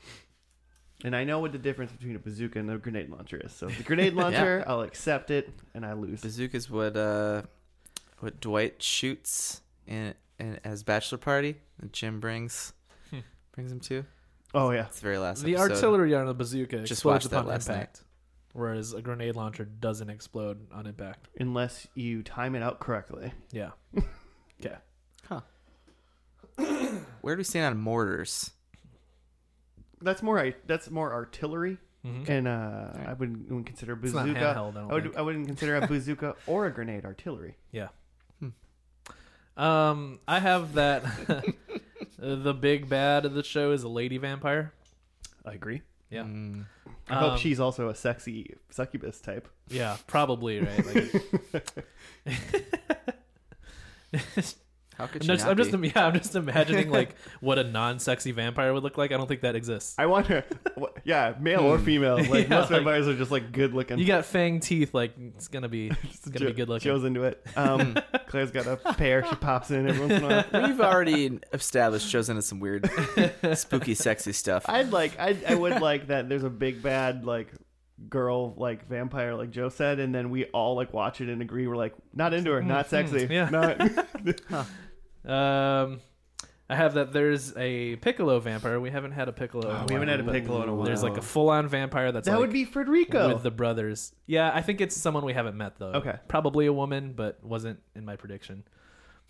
A: And I know what the difference between a bazooka and a grenade launcher is. So if the grenade launcher, I'll accept it, and I lose.
C: Bazooka's what uh, what Dwight shoots in, in as bachelor party. That Jim brings
B: Hmm.
C: brings him to.
A: Oh yeah,
C: It's the very last.
B: The
C: episode.
B: artillery on a bazooka
C: Just
B: explodes
C: watched that
B: upon
C: last
B: impact, whereas a grenade launcher doesn't explode on impact.
A: unless you time it out correctly.
B: Yeah.
C: Where do we stand on mortars?
A: That's more. I That's more artillery,
B: Mhm.
A: and uh, I wouldn't, wouldn't consider
B: It's not
A: bazooka.
B: handheld. I don't
A: I, would,
B: think.
A: I wouldn't consider a bazooka or a grenade artillery.
B: Um, I have that. the big bad of the show is a lady vampire.
A: I agree.
B: Yeah.
C: Mm.
A: I hope
B: Um,
A: she's also a sexy succubus type.
B: Yeah, probably right. Like,
C: How could
B: I'm
C: you
B: just,
C: not
B: I'm just,
C: be?
B: yeah, I'm just imagining like what a non-sexy vampire would look like. I don't think that exists.
A: I want to, yeah, male or female. Like
B: Hmm. Yeah,
A: most
B: like-
A: vampires are just like good looking.
B: You got fang teeth, like it's gonna be, it's gonna
A: Jo-
B: be good looking.
A: Joe's into it. Um, Claire's got a pair she pops in every once in a while.
C: We've already established Joe's into some weird, spooky, sexy stuff.
A: I'd like, I, I would like that. There's a big bad like girl like vampire like Joe said, and then we all like watch it and agree. We're like, not into her, not sexy.
B: Hmm, yeah.
A: not-
B: Um, I have that. There's a piccolo vampire. We haven't had a piccolo. in
A: Oh, we haven't had a
B: while, but
A: piccolo in a while.
B: There's like a full-on vampire that's
A: that
B: like
A: would be Frederico.
B: with the brothers. Yeah, I think it's someone we haven't met though.
A: Okay.
B: probably a woman, but wasn't in my prediction.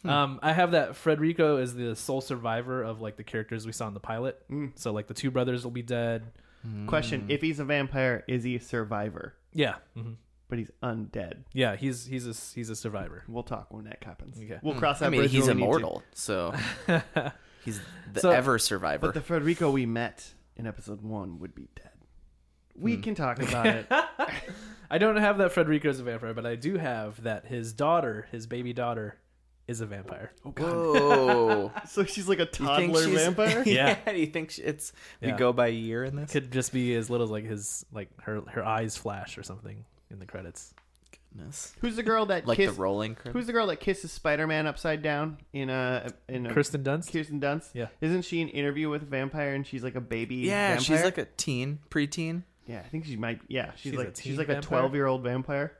B: Um, I have that Frederico is the sole survivor of like the characters we saw in the pilot.
A: Mm.
B: So like the two brothers will be dead. Hmm.
A: Question: If he's a vampire, is he a survivor?
B: Yeah, hmm
A: But he's undead.
B: yeah. He's he's a he's a survivor.
A: We'll talk when that happens.
B: Okay.
A: We'll cross that
C: I mean,
A: bridge
C: he's
A: when we need to.
C: immortal, so he's the
B: So-
C: ever survivor.
A: But the Frederico we met in episode one would be dead. We can talk about it.
B: I don't have that Frederico's a vampire, but I do have that his daughter, his baby daughter, is a vampire.
C: Oh, Whoa!
A: Oh, So she's like a
C: You think
A: toddler
C: she's-
A: vampire.
B: Yeah.
C: Do you think she- it's
B: Yeah.
C: we go by year in this?
B: Could just be as little as like his like her her eyes flash or something in the credits.
C: Goodness.
A: Who's the girl that
C: Like
A: kissed?
C: the rolling. crib?
A: Who's the girl that kisses Spider-Man upside down in a in a
B: Kristen Dunst.
A: Kirsten Dunst?
B: Yeah.
A: Isn't she an interview with a vampire and she's like a baby?
C: Yeah,
A: vampire?
C: she's like a teen, preteen.
A: yeah. I think she might. Yeah, she's,
B: She's a
A: like
B: teen
A: she's like a
B: vampire?
A: twelve-year-old vampire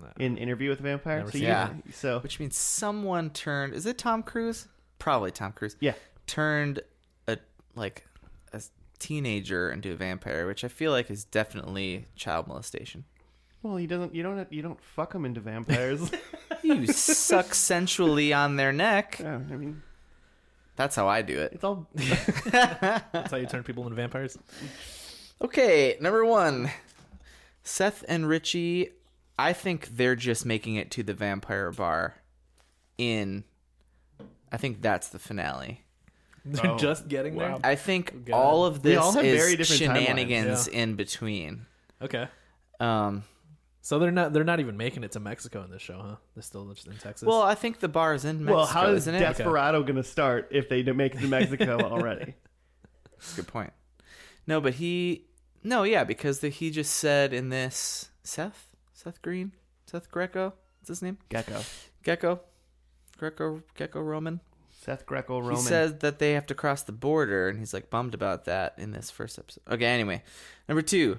B: No.
A: in interview with a vampire.
B: Never
A: so
B: seen
A: you-
C: Yeah.
A: So
C: Which means someone turned. Is it Tom Cruise? Probably Tom Cruise.
A: Yeah.
C: Turned a like a teenager into a vampire, which I feel like is definitely child molestation.
A: well, he doesn't. You don't. Have, you don't fuck him into vampires.
C: You suck sensually on their neck.
A: yeah, I mean,
C: That's how I do it.
A: it's all.
B: That's how you turn people into vampires.
C: Okay, number one, Seth and Richie. I think they're just making it to the vampire bar. In, I think that's the finale.
B: They're
A: Oh,
B: just getting there.
A: wow.
C: I think
B: God.
C: all of
A: They
C: this
A: all have
C: is
A: very different timelines,
C: shenanigans in between.
B: Okay.
C: Um,
B: So they're not they're not even making it to Mexico in this show, huh? They're still just in Texas.
C: well, I think the bar is in Mexico,
A: well, how is
C: isn't it?
A: Desperado going to start if they don't make it to Mexico already?
C: That's a good point. No, but he, no, yeah, because the, he just said in this Seth, Seth Green, Seth Greco, what's his name?
A: Gecko,
C: Gecko, Greco, Gecko Roman.
A: Seth Greco Roman.
C: He says that they have to cross the border, and he's like bummed about that in this first episode. Okay, anyway, number two,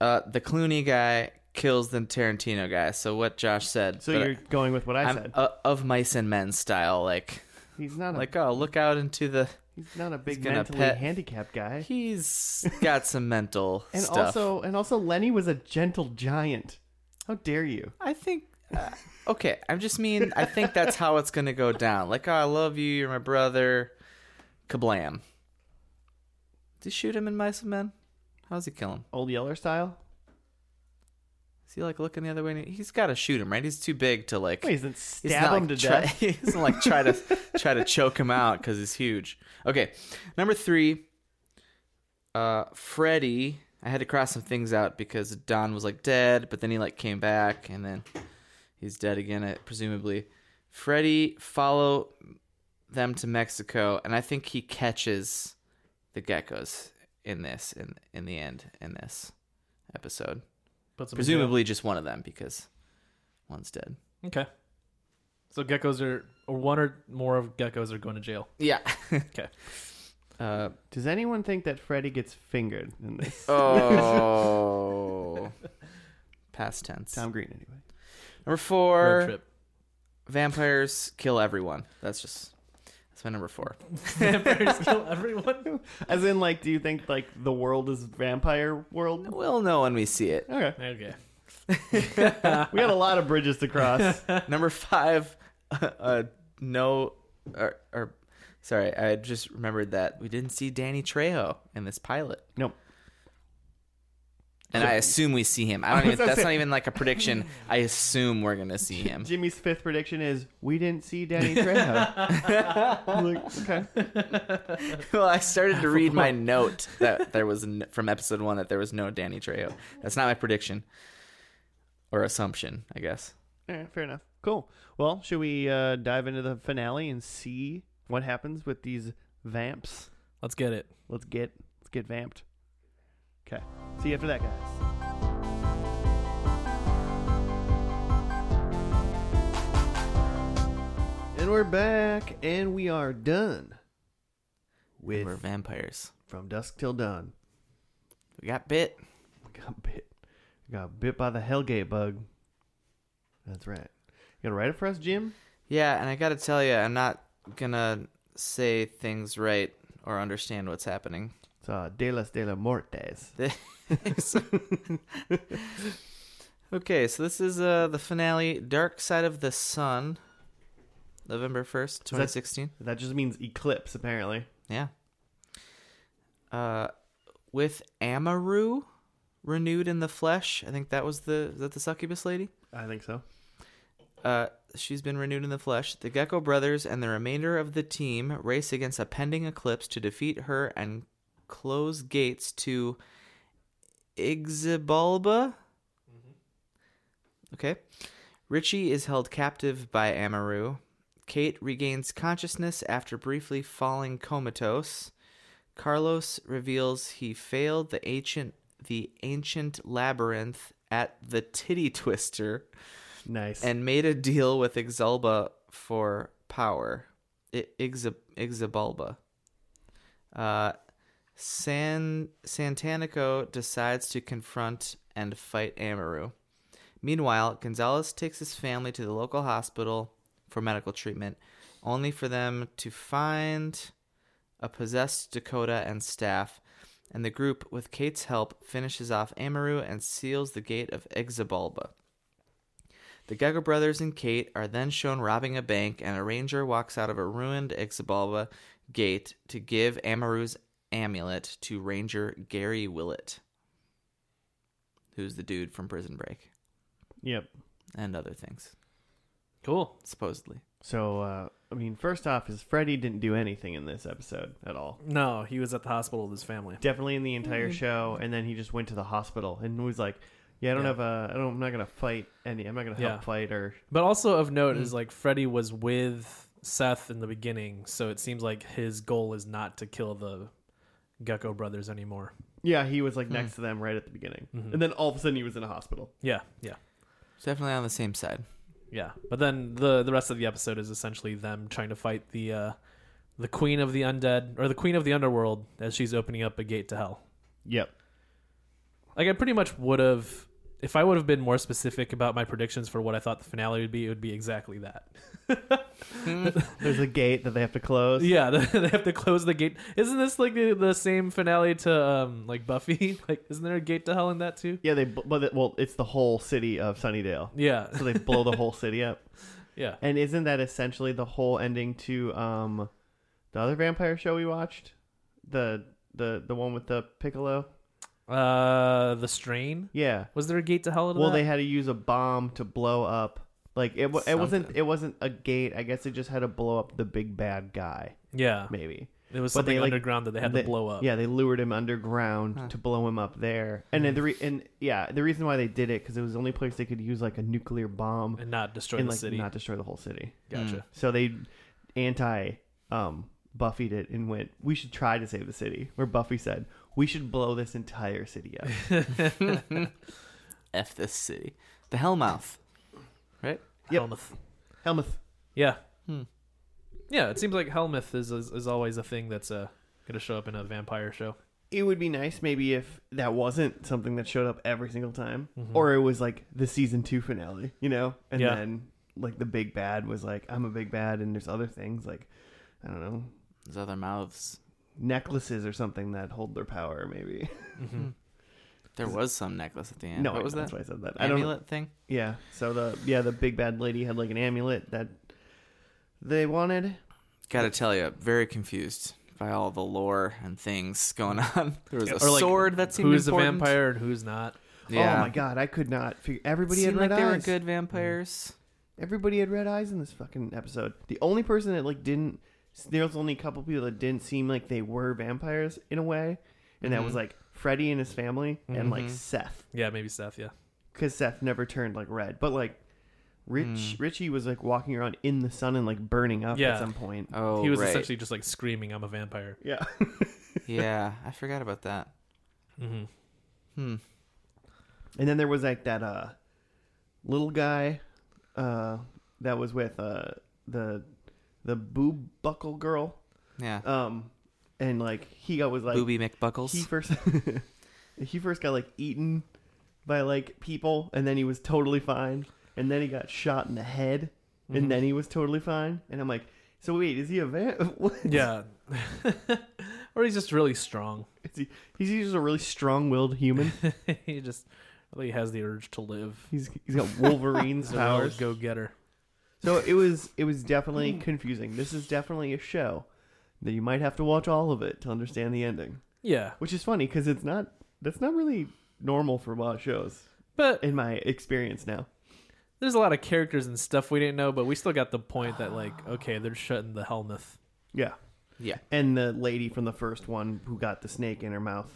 C: uh, the Clooney guy kills the Tarantino guy. So what Josh said.
A: so
C: but
A: you're going with what I
C: I'm
A: said.
C: uh, of mice and men style, like
A: He's not a,
C: like oh look out into the.
A: he's not a big
C: gonna
A: mentally
C: pet-
A: handicapped guy.
C: He's got some mental
A: And
C: stuff.
A: also, and also, Lenny was a gentle giant. How dare you?
C: I think. Uh, okay, I'm just mean. I think that's how it's gonna go down. Like oh, I love you, you're my brother. Kablam. Did you shoot him in mice and men? How's he kill him?
A: Old Yeller style.
C: Is he like looking the other way? He's got to shoot him, right? He's too big to like.
A: Wait, isn't
C: he's
A: stab
C: not,
A: him to
C: like, try,
A: death?
C: He doesn't like try to try to choke him out because he's huge. Okay, number three. Uh, Freddy. I had to cross some things out because Don was like dead, but then he like came back, and then he's dead again, uh, presumably. Freddy follow them to Mexico, and I think he catches the geckos in this in in the end in this episode.
B: Puts him in jail.
C: Presumably just one of them because one's dead.
B: Okay. So geckos are, or one or more of geckos are going to jail.
C: Yeah.
B: Okay.
C: Uh,
A: Does anyone think that Freddy gets fingered in this?
C: oh. Past tense.
A: Tom Green, anyway.
C: Number
B: Road
C: four.
B: trip.
C: Vampires kill everyone. That's just that's my number four.
B: Vampires kill everyone.
A: As in, like, do you think like the world is vampire world?
C: We'll know when we see it.
A: Okay,
B: Okay.
A: we got a lot of bridges to cross.
C: Number five. Uh, uh, no. Or, or sorry, I just remembered that we didn't see Danny Trejo in this pilot.
A: nope.
C: And I assume we see him. I don't
A: was
C: even.
A: gonna
C: That's
A: say-
C: not even like a prediction. I assume we're gonna see him.
A: Jimmy's fifth prediction is we didn't see Danny Trejo. I'm like, okay.
C: well, I started to read my note that there was n- from episode one that there was no Danny Trejo. That's not my prediction or assumption, I guess.
A: All right, fair enough. Cool. Well, should we uh, dive into the finale and see what happens with these vamps?
B: Let's get it.
A: Let's get let's get vamped. Okay. See you after that, guys. And we're back, and we are done with
C: We're vampires.
A: From Dusk Till Dawn.
C: We got bit.
A: We got bit. We got bit by the Hellgate bug. That's right. You gonna write it for us, Jim?
C: Yeah, and I gotta tell you, I'm not gonna say things right or understand what's happening.
A: It's uh, De las de la Muertes.
C: okay, so this is uh, the finale, Dark Side of the Sun, November 1st, 2016.
A: That just means eclipse, apparently.
C: Yeah. Uh, with Amaru renewed in the flesh. I think that was the is that the succubus lady.
A: I think so.
C: Uh, she's been renewed in the flesh. The Gecko brothers and the remainder of the team race against a pending eclipse to defeat her and close gates to Ixabalba. Okay. Richie is held captive by Amaru. Kate regains consciousness after briefly falling comatose. Carlos reveals he failed the ancient the ancient labyrinth at the titty twister
A: Nice.
C: and made a deal with Exalba for power. I- Ixa- Ixabalba. Uh, San Santanico decides to confront and fight Amaru. Meanwhile, Gonzalez takes his family to the local hospital for medical treatment, only for them to find a possessed Dakota and staff, and the group, with Kate's help, finishes off Amaru and seals the gate of Exabalba. The Gecko brothers and Kate are then shown robbing a bank, and a ranger walks out of a ruined Ixabalba gate to give Amaru's amulet to Ranger Gary Willett, who's the dude from Prison Break
A: yep.
C: and other things,
B: Cool.
C: supposedly.
A: So, uh, I mean, first off, is Freddy didn't do anything in this episode at all.
B: No, he was at the hospital with his family.
A: Definitely in the entire show, and then he just went to the hospital and was like, "Yeah, I don't
B: Yeah.
A: have a, I don't, I'm not gonna fight any, I'm not gonna help
B: Yeah.
A: fight or."
B: But also of note
A: Hmm.
B: is like Freddy was with Seth in the beginning, so it seems like his goal is not to kill the Gecko brothers anymore. Mm-hmm.
A: Yeah, he was like next to them right at the beginning, and then all of a sudden he was in a hospital.
B: Yeah, yeah,
C: It's definitely on the same side.
B: yeah. But then the the rest of the episode is essentially them trying to fight the uh, the Queen of the Undead or the Queen of the Underworld as she's opening up a gate to hell.
A: Yep.
B: Like I pretty much would have, if I would have been more specific about my predictions for what I thought the finale would be, it would be exactly that.
A: There's a gate that they have to close.
B: Yeah, they have to close the gate. Isn't this like the, the same finale to um like Buffy? Like, isn't there a gate to hell in that too?
A: Yeah, they, bl- but it, well, it's the whole city of Sunnydale,
B: Yeah,
A: so they blow the whole city up.
B: yeah.
A: And isn't that essentially the whole ending to um the other vampire show we watched? The the the one with the piccolo?
B: Uh, the strain.
A: Yeah.
B: Was there a gate to hell? To
A: Well,
B: that?
A: they had to use a bomb to blow up. Like it, wa- it wasn't
B: Something.
A: it wasn't a gate. I guess it just had to blow up the big bad guy.
B: yeah.
A: Maybe
B: It was
A: But they,
B: something
A: like,
B: underground that they had
A: They-
B: to blow up.
A: Yeah, they lured him underground to blow him up there. And then the re- and yeah, the reason why they did it because it was the only place they could use like a nuclear bomb
B: and not destroy
A: and
B: the
A: like
B: city.
A: not destroy the whole city.
C: Hmm.
B: gotcha.
A: So they anti um, Buffy'd it and went, "We should try to save the city." Where Buffy said, "We should blow this entire city up."
C: F this city. The Hellmouth. Right?
A: Yep.
B: Helmuth.
A: Helmuth.
B: Yeah. Yeah. It seems like Helmuth is, is is always a thing that's uh gonna show up in a vampire show.
A: It would be nice maybe if that wasn't something that showed up every single time, or it was like the season two finale, you know, and
B: Yeah.
A: then like the big bad was like, "I'm a big bad," and there's other things like, I don't know,
C: There's other mouths.
A: necklaces or something that hold their power, maybe.
C: There was some necklace at the end.
A: no, I
C: what was
A: know,
C: that?
A: That's why I said that. I don't.
C: Amulet thing?
A: Yeah. So the yeah the big bad lady had like an amulet that they wanted.
C: Gotta tell you, very confused by all the lore and things going on. There was a
B: Or, like,
C: sword that seemed
B: Who's
C: important.
B: a vampire and who's not?
C: Yeah.
A: Oh my god, I could not figure. Everybody
C: Seemed
A: had
C: like
A: red
C: they were
A: eyes. Mm.
C: good vampires.
A: Everybody had red eyes in this fucking episode. The only person that like didn't there was only a couple people that didn't seem like they were vampires in a way, and
C: Mm-hmm.
A: that was like Freddy and his family and like Seth,
B: Yeah, maybe Seth. Yeah.
A: because Seth never turned like red, but like.
C: Mm.
A: Rich Richie was like walking around in the sun and like burning up
B: Yeah.
A: at some point.
C: Oh,
B: he was
C: right.
B: essentially just like screaming, "I'm a vampire."
A: Yeah.
C: yeah, I forgot about that.
B: Mm-hmm.
C: Hmm,
A: And then there was like that uh little guy uh that was with uh the the boob buckle girl.
C: Yeah.
A: Um and like he got was like
C: Booby McBuckles.
A: he first he first got like eaten by like people and then he was totally fine and then he got shot in the head and then he was totally fine and I'm like so wait is he a van what?
B: Yeah. or he's just really strong.
A: Is he, he's just a really strong-willed human
B: he just really has the urge to live.
A: he's he's got Wolverine's
B: He's a real
A: powers
B: go-getter.
A: So it was it was
C: Hmm.
A: definitely confusing. This is definitely a show that you might have to watch all of it to understand the ending,
B: Yeah,
A: which is funny because it's not that's not really normal for a lot of shows
B: but
A: in my experience now.
B: there's a lot of characters and stuff we didn't know, but we still got the point that like, okay, they're shutting the Helmuth.
A: Yeah,
C: yeah.
A: and the lady from the first one who got the snake in her mouth.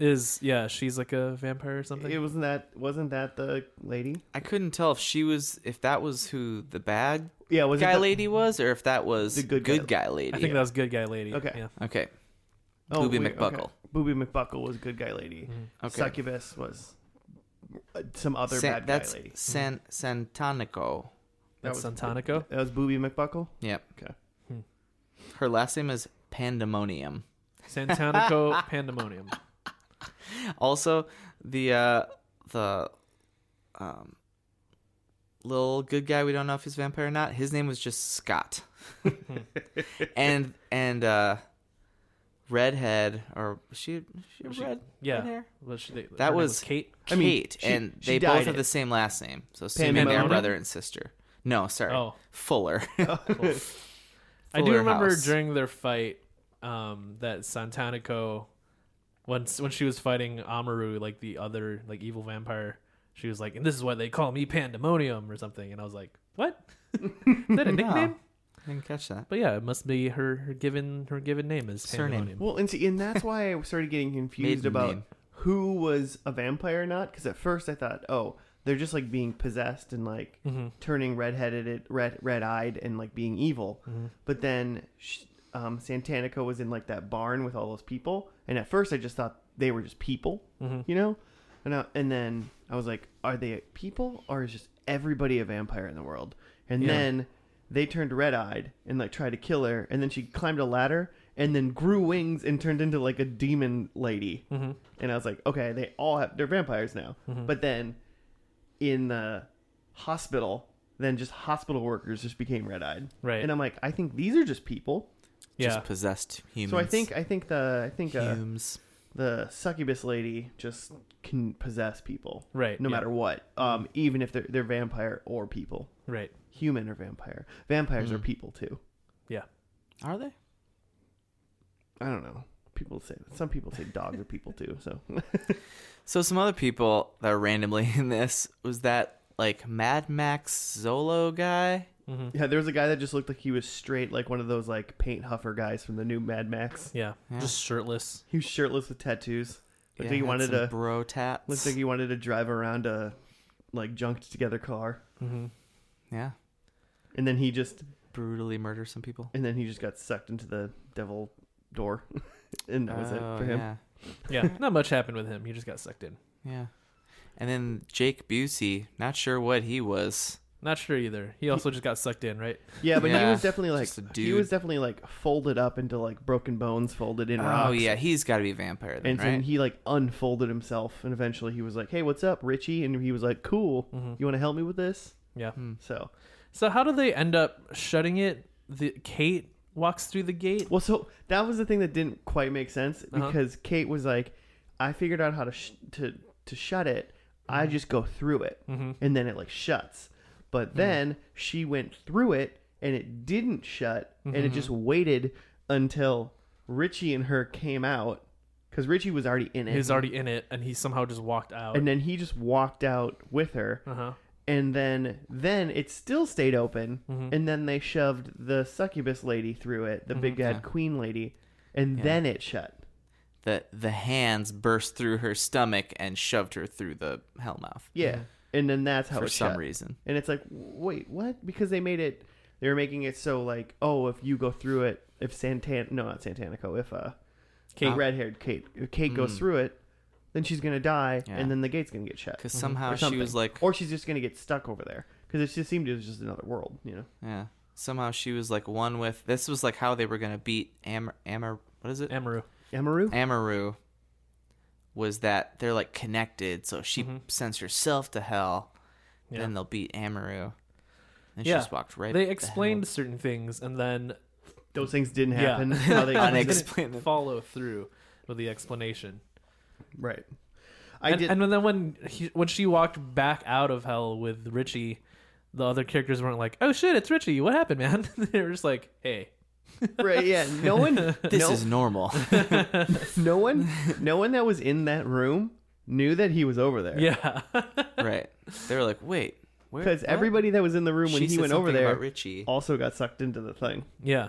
B: Is yeah, she's like a vampire or something.
A: It wasn't that wasn't that the lady?
C: I couldn't tell if she was if that was who the bad
A: Yeah, was it
C: guy
A: the-
C: lady was or if that was
A: The
C: the
A: good
C: good,
A: guy-
C: guy lady.
B: I think that was good guy lady.
A: Okay.
B: Yeah.
C: okay.
A: oh,
C: Booby
A: wait,
C: McBuckle.
A: okay. Booby McBuckle was good guy
C: Mm-hmm.
A: lady.
C: Okay.
A: Succubus was uh, some other
C: San-
A: bad guy
C: that's
A: lady.
C: San Santanico.
B: That's
A: was-
B: Santanico.
A: That was Booby McBuckle.
C: Yep.
A: Okay.
C: Her last name is Pandemonium.
B: Santanico Pandemonium.
C: Also, the uh the um little good guy we don't know if he's a vampire or not. His name was just Scott. and and uh redhead or was she she
B: She-
C: red
B: Yeah.
C: red hair?
B: Was she- her
C: That
B: name
C: was-
B: Kate.
A: I mean,
C: Kate,
A: she-
C: and
A: she
C: they
A: dyed
C: both have
A: it.
C: the same last name. So assuming they're
A: Pandemonium?
C: brother and sister. No, sorry,
B: Oh.
C: Fuller.
B: I do
C: Fuller
B: remember
C: House.
B: during their fight um, that Santanico, once when she was fighting Amaru, like the other like evil vampire, she was like, "And this is why they call me Pandemonium" or something, and I was like, "What? is that a nickname?"
C: I didn't catch that.
B: But yeah, it must be her her given her given name is
C: Surname.
B: Pandemonium.
A: Well, and see, and that's why I started getting confused
C: Maiden
A: about
C: name.
A: who was a vampire or not. Because at first I thought, oh, they're just like being possessed and like turning redheaded, red red eyed, and like being evil.
B: Mm-hmm.
A: But then sh um, Santanico was in like that barn with all those people, and at first I just thought they were just people,
B: Mm-hmm.
A: you know. And I, and then I was like, are they people or is just everybody a vampire in the world? And then they turned red eyed and like tried to kill her, and then she climbed a ladder and then grew wings and turned into like a demon lady.
B: Mm-hmm.
A: And I was like, okay, they all have they're vampires now. But then in the hospital, then just hospital workers just became red eyed.
B: Right.
A: And I'm like, I think these are just people.
B: yeah,
C: uh, Just possessed humans.
A: So I think I think the I think uh,
C: Humes.
A: the succubus lady just can possess people.
B: Right,
A: No
B: yeah.
A: matter what. Um, even if they're they're vampire or people.
B: right.
A: Human or vampire. Mm. Vampires are people too.
B: Yeah,
C: Are they?
A: I don't know. people say some people say dogs are people too. So
C: So some other people that were randomly in this was that like Mad Max Zolo guy.
B: Mm-hmm.
A: yeah, there was a guy that just looked like he was straight, like one of those like paint huffer guys from the new Mad Max.
B: Yeah,
C: Yeah.
B: just shirtless.
A: He was shirtless with tattoos. Looked
C: Yeah,
A: like he
C: had
A: wanted
C: some
A: to.
C: bro tats.
A: Looks like he wanted to drive around a like junked together car,
B: Mm-hmm.
C: yeah,
A: and then he just
C: brutally murder some people.
A: and then he just got sucked into the devil door, and that was it
C: Oh,
A: for him.
C: Yeah.
B: Yeah, not much happened with him. He just got sucked in.
C: yeah. And then Jake Busey, not sure what he was.
B: Not sure either. He also just got sucked in, right?
A: Yeah, but he
C: Yeah.
A: was definitely like
C: Just a
A: he
C: dude.
A: was definitely like folded up into like broken bones, folded in rocks.
C: Oh yeah, he's got to be a vampire then,
A: And then
C: right?
A: he like unfolded himself, and eventually he was like, "Hey, what's up, Richie?" And he was like, "Cool, you want to help me with this?"
B: Yeah.
C: Hmm.
A: So,
B: So how do they end up shutting it? The Kate walks through the gate.
A: well, so that was the thing that didn't quite make sense
B: Uh-huh.
A: because Kate was like, "I figured out how to sh- to to shut it.
C: Mm-hmm.
A: I just go through it, and then it like shuts."
B: Mm-hmm.
A: But then she went through it, and it didn't shut, and it
B: Mm-hmm.
A: just waited until Richie and her came out because Richie was already in it,
B: He's already in it, and he somehow just walked out.
A: and then he just walked out with her.
B: Uh huh.
A: and then then it still stayed open
B: Mm-hmm.
A: and then they shoved the succubus lady through it the big head queen lady and then it shut
C: The the hands burst through her stomach and shoved her through the hellmouth
A: yeah
B: Mm-hmm.
A: and then that's how
C: for
A: it
C: some
A: shut.
C: reason.
A: and it's like wait what because they made it they were making it so like oh if you go through it if santana no not santanico if uh kate
C: Kate.
A: red-haired kate if kate goes through it then she's gonna die
C: Hmm. Yeah.
A: and then the gate's gonna get shut
C: Because somehow
A: Mm-hmm. or
C: she
A: something.
C: was like,
A: or she's just gonna get stuck over there because it just seemed it was just another world you know
C: yeah. Somehow she was like one with. This was like how they were gonna beat Am Amar. What is it?
B: Amaru.
A: amaru
C: Amaru was that they're like connected, so she sends herself to hell,
B: Mm-hmm. Yeah.
C: then they'll beat Amaru. And she
B: Yeah.
C: just walked right.
B: They
C: the
B: explained certain things, and then
A: those things didn't
B: Yeah.
A: happen how they
C: hell.
A: unexpected
C: unexplained.
B: follow through with the explanation.
A: Right. I
B: and,
A: did.
B: and then when he, when she walked back out of hell with Richie, the other characters weren't like, "Oh shit, it's Richie. What happened, man?" they were just like, "Hey,
A: right. Yeah. No one.
C: This
A: no,
C: is normal.
A: no one. No one that was in that room knew that he was over there.
B: yeah,
C: right. They were like, wait, where?
A: Because
C: what?"
A: everybody that was in the room when
C: She
A: he
C: said
A: went over
C: something
A: there
C: about Richie.
A: also got sucked into the thing.
B: yeah."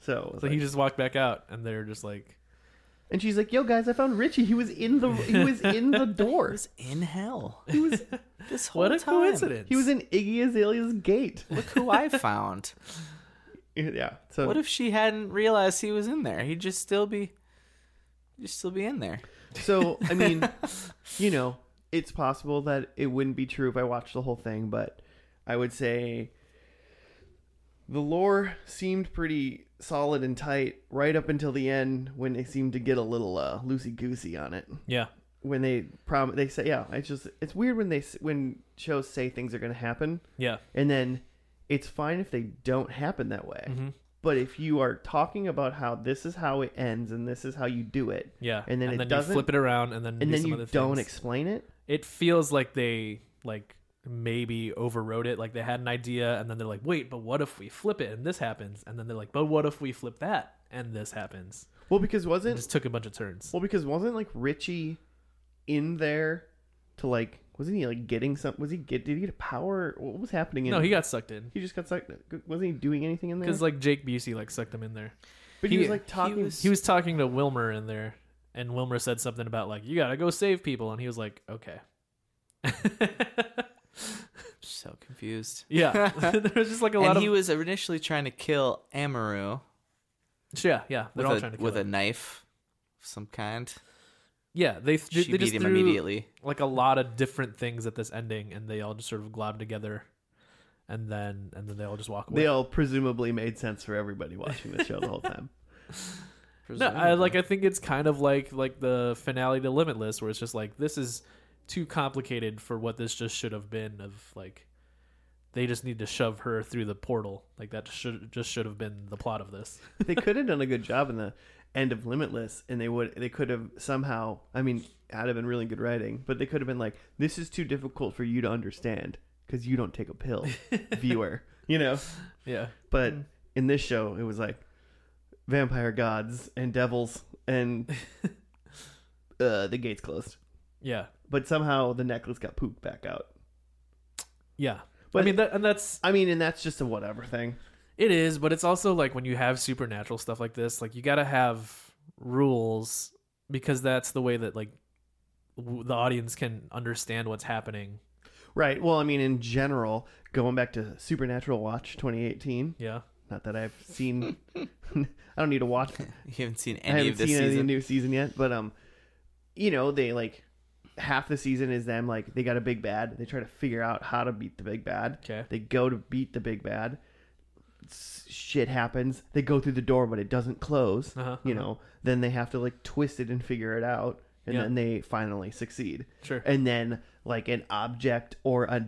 A: So, it's
B: So he
A: like-
B: just walked back out, and they're just like,
A: and she's like, "Yo, guys, I found Richie. He was in the he was in the
C: He
A: door.
C: was in hell.
A: He was
C: This whole
B: "What a
C: time.
B: coincidence!"
A: he was in Iggy Azalea's gate.
C: Look who I found.
A: Yeah. So
C: what if she hadn't realized he was in there? He'd just still be, just still be in there.
A: so I mean, you know, it's possible that it wouldn't be true if I watched the whole thing, but I would say the lore seemed pretty solid and tight right up until the end when it seemed to get a little uh, loosey goosey on it.
B: yeah,
A: When they prom, they say, yeah, it's just it's weird when they s- when shows say things are going to happen,
B: yeah,
A: and then it's fine if they don't happen that way.
B: Mm-hmm.
A: But if you are talking about how this is how it ends and this is how you do it,
B: yeah,
A: and then it
B: you
A: doesn't,
B: flip it around, and then
A: and
B: do
A: then
B: some
A: you
B: other
A: don't
B: things.
A: explain it.
B: it feels like they like maybe overrode it. Like they had an idea, and then they're like, "Wait, but what if we flip it and this happens?" And then they're like, "But what if we flip that and this happens?"
A: Well, because
B: It
A: wasn't
B: just took a bunch of turns.
A: well because wasn't like Richie in there to like wasn't he like getting some? Was he get did he get a power? What was happening? In,
B: No, he got sucked in.
A: he just got sucked. Wasn't he doing anything in there?
B: because like Jake Busey like sucked him in there.
A: but he,
B: he-
A: was like talking.
C: was-
B: He was talking to Wilmer in there, and Wilmer said something about like you gotta go save people, and he was like, okay.
C: So confused.
B: yeah, there was just like a lot
C: and
B: of
C: he was initially trying to kill Amaru
B: yeah yeah
C: with,
B: they're all
C: a,
B: trying to kill
C: with a
B: him.
C: knife of some kind.
B: yeah they th-
C: she
B: they
C: beat
B: just
C: him
B: threw
C: immediately.
B: like a lot of different things at this ending, and they all just sort of globbed together, and then and then they all just walk away.
A: they all presumably made sense for everybody watching the show the whole time.
B: No, I, like I think it's kind of like like the finale to Limitless, where it's just like this is too complicated for what this just should have been. Of like, they just need to shove her through the portal. Like that should just should have been the plot of this.
A: they could have done a good job in the end of Limitless, and they would they could have somehow. I mean, that'd have been really good writing, but they could have been like, "This is too difficult for you to understand because you don't take a pill, viewer." You know.
B: Yeah,
A: But in this show, it was like vampire gods and devils and uh, the gates closed.
B: Yeah.
A: But somehow the necklace got pooped back out.
B: Yeah.
A: But-
B: I mean that and that's
A: I mean, and that's just a whatever thing.
B: it is, but it's also like when you have supernatural stuff like this, like you got to have rules because that's the way that like w- the audience can understand what's happening.
A: Right. Well, I mean, in general, going back to Supernatural Watch 2018,
B: Yeah.
A: not that I've seen, I don't need to watch
C: You haven't seen
A: I
C: any
A: haven't
C: of this
A: seen any
C: season.
A: new season yet, but um, you know they like half the season is them like they got a big bad. They try to figure out how to beat the big bad.
B: Okay.
A: They go to beat the big bad. S- Shit happens. They go through the door, but it doesn't close.
B: Uh-huh,
A: You
B: uh-huh.
A: know, then they have to like twist it and figure it out, and
B: Yeah.
A: then they finally succeed.
B: Sure.
A: And then like an object or a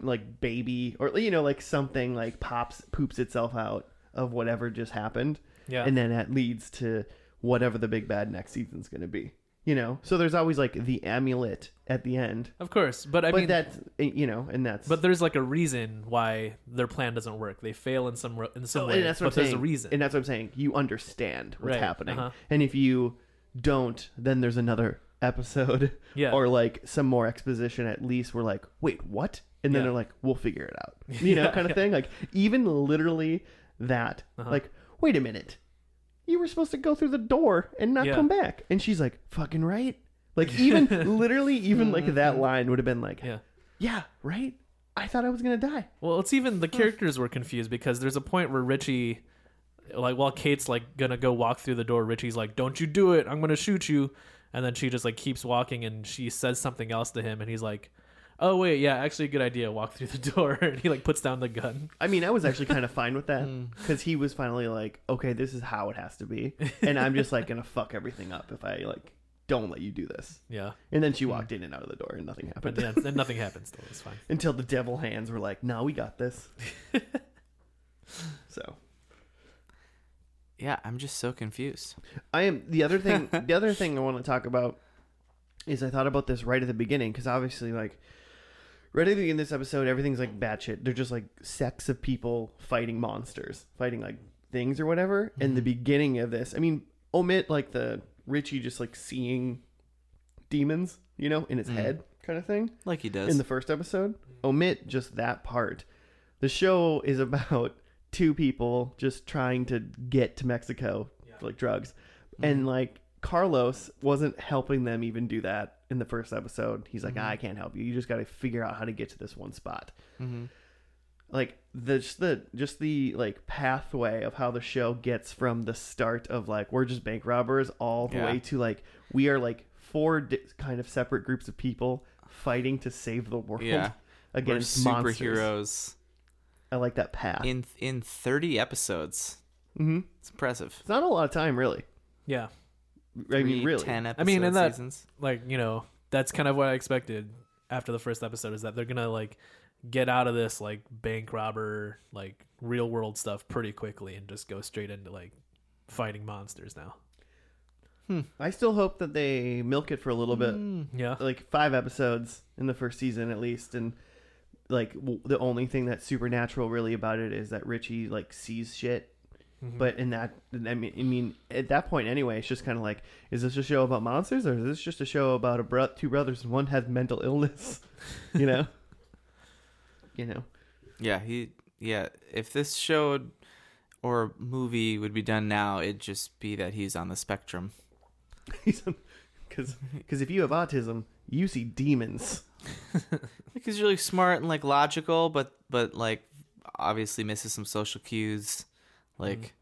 A: like baby or you know like something like pops poops itself out of whatever just happened
B: Yeah.
A: and then that leads to whatever the big bad next season's going to be. You know, so there's always like the amulet at the end,
B: of course, but I
A: but
B: mean
A: that's eh, you know, and that's
B: But there's like a reason why their plan doesn't work. They fail in some ro- in some
A: and
B: way,
A: Oh, that's what
B: but
A: I'm
B: there's
A: saying.
B: a reason.
A: and that's what I'm saying. You understand what's
B: Right,
A: happening,
B: uh-huh.
A: and if you don't, then there's another episode,
B: Yeah.
A: or like some more exposition. At least we're like, wait, what? And then
B: Yeah.
A: they're like, we'll figure it out, you know,
B: Yeah,
A: kind of
B: yeah.
A: thing. Like even literally that,
B: Uh-huh.
A: like, wait a minute, you were supposed to go through the door and not
B: Yeah.
A: come back, and she's like, fucking right. Like even literally even like that line would have been like,
B: Mm-hmm. yeah.
A: yeah, right. I thought I was gonna die.
B: Well, it's even the characters were confused because there's a point where Richie, like, while Kate's like gonna go walk through the door, Richie's like, "Don't you do it! I'm gonna shoot you!" And then she just like keeps walking, and she says something else to him, and he's like, "Oh wait, yeah, actually, good idea. Walk through the door." and he like puts down the gun.
A: I mean, I was actually kind of fine with that
B: Hmm.
A: because he was finally like, okay, this is how it has to be, and I'm just like gonna fuck everything up if I like don't let you do this.
B: Yeah,
A: And then she walked in and out of the door, and nothing
B: Hmm. but
A: happened
B: yeah, then nothing happens. Still, it's fine.
A: until the devil hands were like, no, we got this. so
C: Yeah, I'm just so confused.
A: I am the other thing. the other thing I want to talk about is I thought about this right at the begingingbecause obviously, like right at the beginning of this episode, everything's like batshit. They're just like sects of people fighting monsters, fighting like things or whatever. And the beginning of this, I mean, omit like the Richie just like seeing demons, you know, in his head kind of thing
C: Like he does.
A: in the first episode. Omit just that part. The show is about two people just trying to get to Mexico, like drugs.
C: Mm-hmm.
A: And like Carlos wasn't helping them even do that in the first episode. He's like,
C: Mm-hmm.
A: "Ah, I can't help you. You just got to figure out how to get to this one spot. Like the just the just the like pathway of how the show gets from the start of like we're just bank robbers all the
C: Yeah.
A: way to like we are like four di- kind of separate groups of people fighting to save the world
C: Yeah. We're
A: against
C: superheroes
A: monsters. I like that path.
C: in in 30 episodes.
A: hmm
C: It's impressive.
A: It's not a lot of time, really.
B: Yeah,
A: I
C: Three
A: mean, really.
C: 10 episode
B: I mean, and that-
C: seasons.
B: like you know, that's kind of what I expected after the first episode is that they're gonna like get out of this like bank robber like real world stuff pretty quickly and just go straight into like fighting monsters now.
A: I still hope that they milk it for a little bit,
C: Mm. Hmm.
B: Yeah.
A: like five episodes in the first season at least, and like w- the only thing that's supernatural really about it is that Richie like sees shit.
C: Mm-hmm.
A: But in that, I mean, I mean, at that point anyway, it's just kind of like, is this a show about monsters or is this just a show about a bro- two brothers and one has mental illness? You know, you know.
C: Yeah, he yeah, if this show or movie would be done now, it'd just be that he's on the spectrum.
A: because because if you have autism, you see demons.
C: Like he's really smart and like logical, but but like obviously misses some social cues, like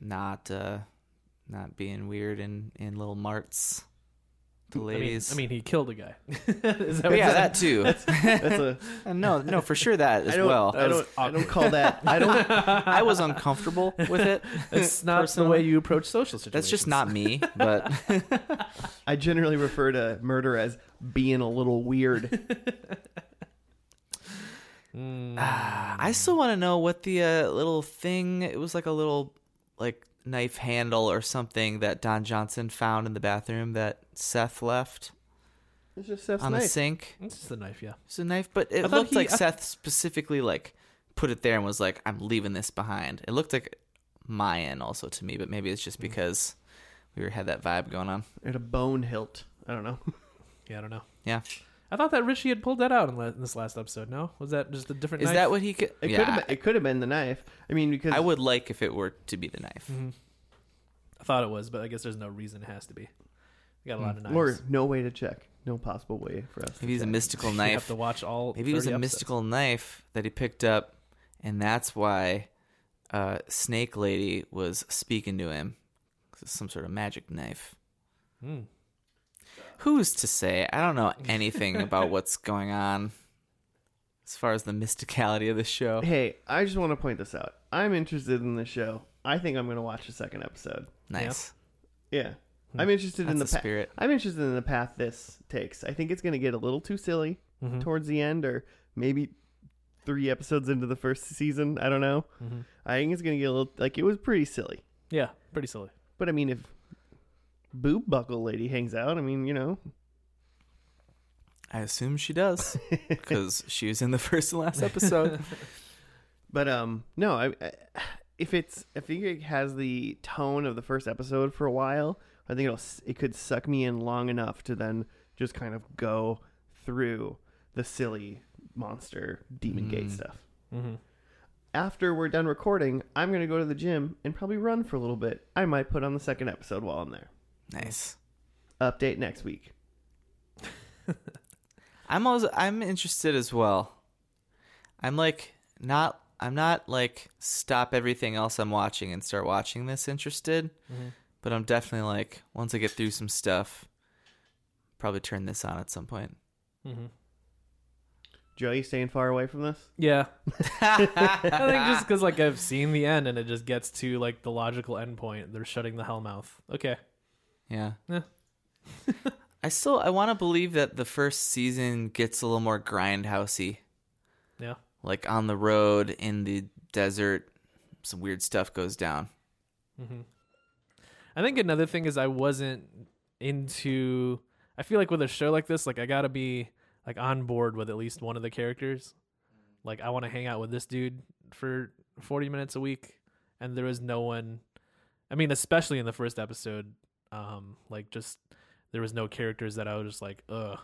C: not uh not being weird in in little marts
B: I
C: to
B: mean,
C: ladies.
B: I mean, he killed a guy. Is that
C: But
B: what
C: yeah,
B: you're
C: that too.
A: That's a
C: Uh, no, no, for sure that
A: I
C: as
A: don't
C: well.
A: I don't I don't call that I don't
C: I was uncomfortable with it.
B: saying? It's not the way you approach social situations.
C: That's just not me, but
A: I generally refer to murder as being a little weird.
B: Hmm.
C: I still want to know what the uh, little thing. It was like a little like knife handle or something that Don Johnson found in the bathroom that Seth left
A: It's just Seth's
C: on the
A: knife.
C: sink.
B: It's just the knife, yeah.
C: It's a knife, but it
B: I thought
C: looked
B: he-
C: like
B: I-
C: Seth specifically like put it there and
B: Hmm.
C: was like, "I'm leaving this behind." It looked like Mayan also to me, but maybe it's just because We were- had that vibe going on.
A: At a bone hilt. I don't know.
B: Yeah, I don't know.
C: Yeah.
B: I thought that Richie had pulled that out in, la- in this last episode. No, was that just a different?
C: Is
B: knife?
C: that what he could?
A: It
C: yeah.
A: could have been, it could have been the knife. I mean, because
C: I would like if it were to be the knife.
B: Mm-hmm. I thought it was? But I guess there's no reason it has to be. We got a lot
C: Hmm.
B: of knives.
A: or no way to check, no possible way for us.
C: Maybe it was a mystical
B: You have
C: knife.
B: to watch all.
C: Maybe it was
B: 30
C: a
B: episodes.
C: mystical knife that he picked up, and that's why uh, Snake Lady was speaking to him. 'Cause it's Some sort of magic knife.
B: Hmm.
C: Who's to say? I don't know anything about what's going on as far as the mysticality of the show.
A: Hey, I just want to point this out. I'm interested in this show. I think I'm going to watch the second episode.
C: Nice.
A: Yeah. I'm interested in the,
C: Hmm. That's the
A: pa-
C: spirit.
A: I'm interested in the path this takes. I think it's going to get a little too silly
B: Mm-hmm.
A: towards the end, or maybe three episodes into the first season. I don't know.
B: Mm-hmm.
A: I think it's going to get a little like it was pretty silly.
B: Yeah, pretty silly.
A: But I mean, if boob buckle lady hangs out, I mean, you know,
C: I assume she does because she was in the first and last episode.
A: But um, no, I, I if it's I think it has the tone of the first episode for a while. I think it'll s- it could suck me in long enough to then just kind of go through the silly monster demon gate stuff.
B: Mm-hmm.
A: After we're done recording, I'm gonna go to the gym and probably run for a little bit. I might put on the second episode while I'm there.
C: nice.
A: Update next week.
C: I'm also I'm interested as well. I'm like not I'm not like stop everything else I'm watching and start watching this interested,
A: Mm-hmm.
C: but I'm definitely like once I get through some stuff, probably turn this on at some point.
B: Mm-hmm.
A: Joe, you staying far away from this?
B: Yeah, I think just because like I've seen the end and it just gets to like the logical end point. They're shutting the hell mouth. Okay.
C: Yeah.
B: Yeah.
C: I still I want to believe that the first season gets a little more grindhousey,
B: Yeah.
C: like on the road in the desert, some weird stuff goes down.
B: Mm-hmm. I think another thing is I wasn't into. I feel like with a show like this, like I gotta be like on board with at least one of the characters. Like I want to hang out with this dude for forty minutes a week, and there was no one. I mean, especially in the first episode, um, like just there was no characters that I was just like, ugh,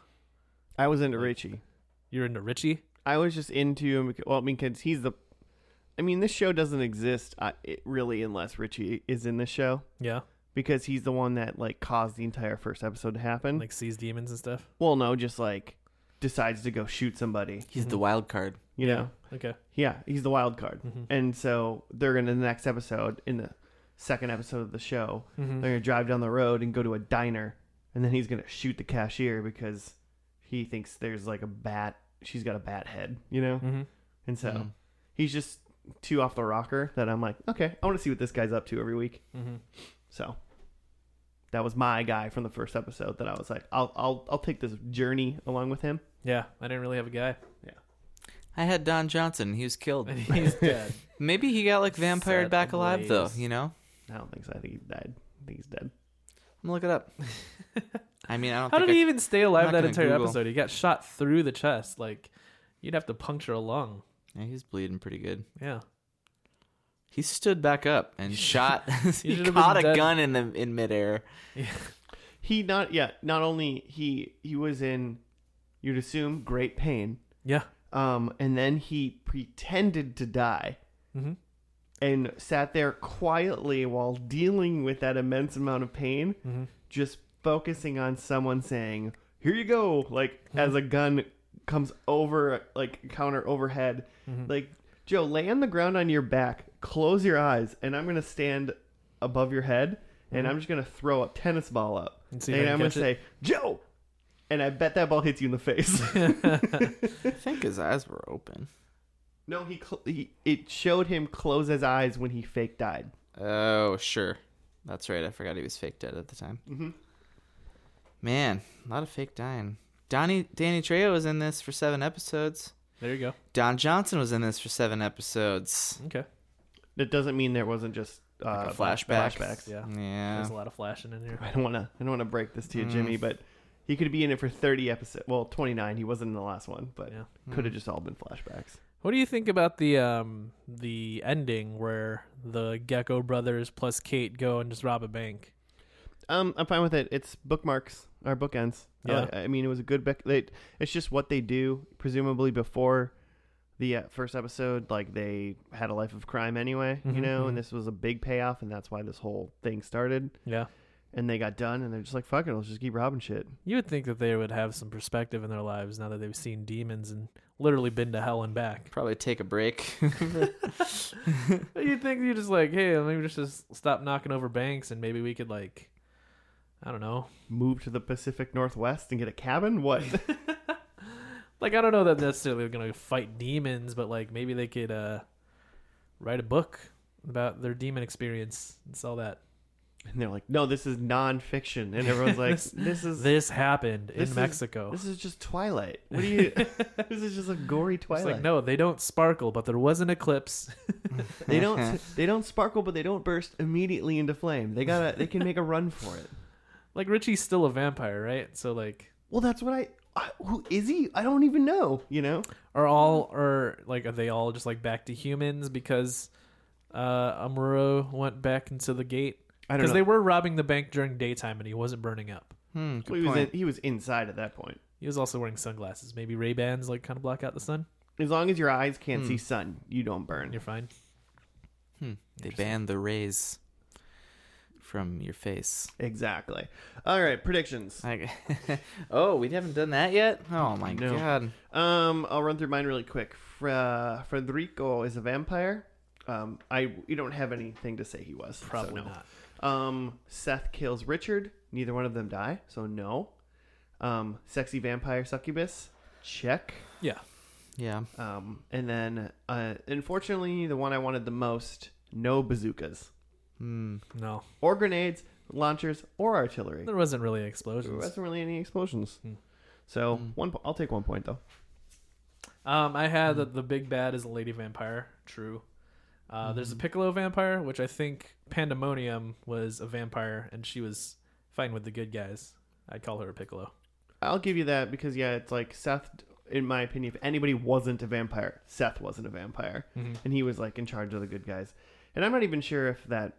A: I was into Richie.
B: you're into Richie.
A: I was just into him. Because, well, I mean, because he's the. I mean, this show doesn't exist uh, it, really unless Richie is in this show
B: Yeah,
A: because he's the one that like caused the entire first episode to happen.
B: like sees demons and stuff.
A: well, no, just like decides to go shoot somebody.
C: He's
B: Mm-hmm.
C: the wild card.
A: You know?
B: Okay. Mm-hmm.
A: Yeah, he's the wild card, and so they're gonna the next episode in the second episode of the show.
B: Mm-hmm.
A: They're gonna drive down the road and go to a diner, and then he's gonna shoot the cashier because he thinks there's like a bat. She's got a bat head. You know.
B: Mm-hmm.
A: And so
C: Mm.
A: he's just too off the rocker that I'm like, okay, I want to see what this guy's up to every week.
B: Mm-hmm.
A: So that was my guy from the first episode that I was like, I'll I'll I'll take this journey along with him.
B: Yeah, I didn't really have a guy.
C: I had Don Johnson. He was killed.
B: And he's dead.
C: Maybe he got like vampired
B: Set
C: back alive though.
B: ablaze.
C: You know,
A: I don't think so. I think he died. I think he's dead.
C: I'm gonna look it up. I mean, I don't.
B: How
C: think
B: did
C: I-
B: he even stay
C: not
B: alive that
C: gonna
B: entire
C: Google.
B: episode? He got shot through the chest. Like, you'd have to puncture a lung.
C: Yeah, he was bleeding pretty good.
B: Yeah.
C: He stood back up and shot. he
B: should've been
C: caught a
B: dead.
C: gun in the in midair.
A: He not yeah, not only he he was in you'd assume great pain.
B: Yeah.
A: Um and then he pretended to die.
B: Mhm.
A: And sat there quietly while dealing with that immense amount of pain.
B: Mm-hmm.
A: just focusing on someone saying, "Here you go," like
B: Mm-hmm.
A: as a gun comes over, like counter overhead.
B: Mm-hmm.
A: Like Joe, lay on the ground on your back, close your eyes, and I'm gonna stand above your head, and I'm just gonna throw a tennis ball up,
B: Mm-hmm. And
A: and,
B: see if I can
A: I'm gonna
B: catch it.
A: say, "Joe," and I bet that ball hits you in the face.
C: I think his eyes were open.
A: no, he, cl- he it showed him close his eyes when he fake died.
C: Oh, sure. That's right. I forgot he was fake dead at the time. Mm-hmm. Man, a lot of fake dying. Donnie, Danny Trejo was in this for seven episodes.
B: There you go.
C: Don Johnson was in this for seven episodes.
B: Okay.
A: That doesn't mean there wasn't just uh,
C: Like a flashback.
A: flashbacks.
B: Yeah.
C: Yeah.
B: There's a lot of flashing in here.
A: I don't want to. I don't want to break this to you, Jimmy, but he could be in it for thirty episodes. Well, twenty nine. He wasn't in the last one, but
B: Yeah.
C: Hmm. Mm.
A: could have just all been flashbacks.
B: What do you think about the um the ending where the Gecko brothers plus Kate go and just rob a bank?
A: Um, I'm fine with it. It's bookmarks or bookends. I
B: Yeah.
A: like- I mean, it was a good book. They, it's just what they do. Presumably before the uh, first episode, like they had a life of crime anyway, you
B: Mhm,
A: know,
B: mhm.
A: and this was a big payoff, and that's why this whole thing started.
B: Yeah.
A: And they got done, and they're just like, "Fuck it, let's just keep robbing shit."
B: You would think that they would have some perspective in their lives now that they've seen demons and literally been to hell and back.
C: Probably take a break. Hmm.
B: You'd think you're just like, hey, let me just, just stop knocking over banks and maybe we could like, I don't know.
A: Move to the Pacific Northwest and get a cabin. What?
B: Like I don't know that necessarily they're gonna fight demons, but like maybe they could uh write a book about their demon experience and sell that.
A: and they're like, "No, this is nonfiction," and everyone's like,
B: This-
A: "This, is." This-
B: This happened
A: This
B: in
A: is-
B: Mexico.
A: is just Twilight. What do you? this is just a gory
B: It's
A: Twilight.
B: like no, they don't sparkle, but there was an eclipse.
A: They don't they don't sparkle, but they don't burst immediately into flame. They gotta they can make a run for it.
B: like Richie's still a vampire, right? So like,
A: Well, that's what I, I who is he? I don't even know. You know,
B: are all or like are they all just like back to humans because uh Amuro went back into the gate
A: I
B: because they were robbing the bank during daytime and he wasn't burning up.
C: Hmm, good
A: he was in,
C: point.
A: he was inside at that point.
B: He was also wearing sunglasses. Maybe Ray Bans like kind of block out the sun.
A: As long as your eyes can't see sun, you don't burn.
B: Hmm. You're fine.
C: Hmm. They banned the rays from your face.
A: Exactly. All right, predictions.
C: Like, oh, we haven't done that yet. Oh my
A: No.
C: god.
A: Um, I'll run through mine really quick. Fra- Frederico is a vampire. Um, I you don't have anything to say he was. so
B: Probably
A: no.
B: not.
A: Um, Seth kills Richard. Neither one of them die, so no. Um, sexy vampire succubus. Check.
B: Yeah.
C: Yeah.
A: Um, and then, uh, unfortunately, the one I wanted the most: no bazookas
C: Hmm.
B: No.
A: or grenades, launchers, or artillery.
B: There wasn't really
A: There
B: explosions.
A: wasn't really any explosions.
B: Hmm.
A: So one, po- I'll take one point though.
B: Um, I had that the big bad is a lady vampire. True. Uh, There's a Piccolo vampire, which I think Pandemonium was a vampire, and she was fine with the good guys. I'd call her a Piccolo.
A: I'll give you that because yeah, it's like Seth. In my opinion, if anybody wasn't a vampire, Seth wasn't a vampire,
B: Mm-hmm.
A: and he was like in charge of the good guys. And I'm not even sure if that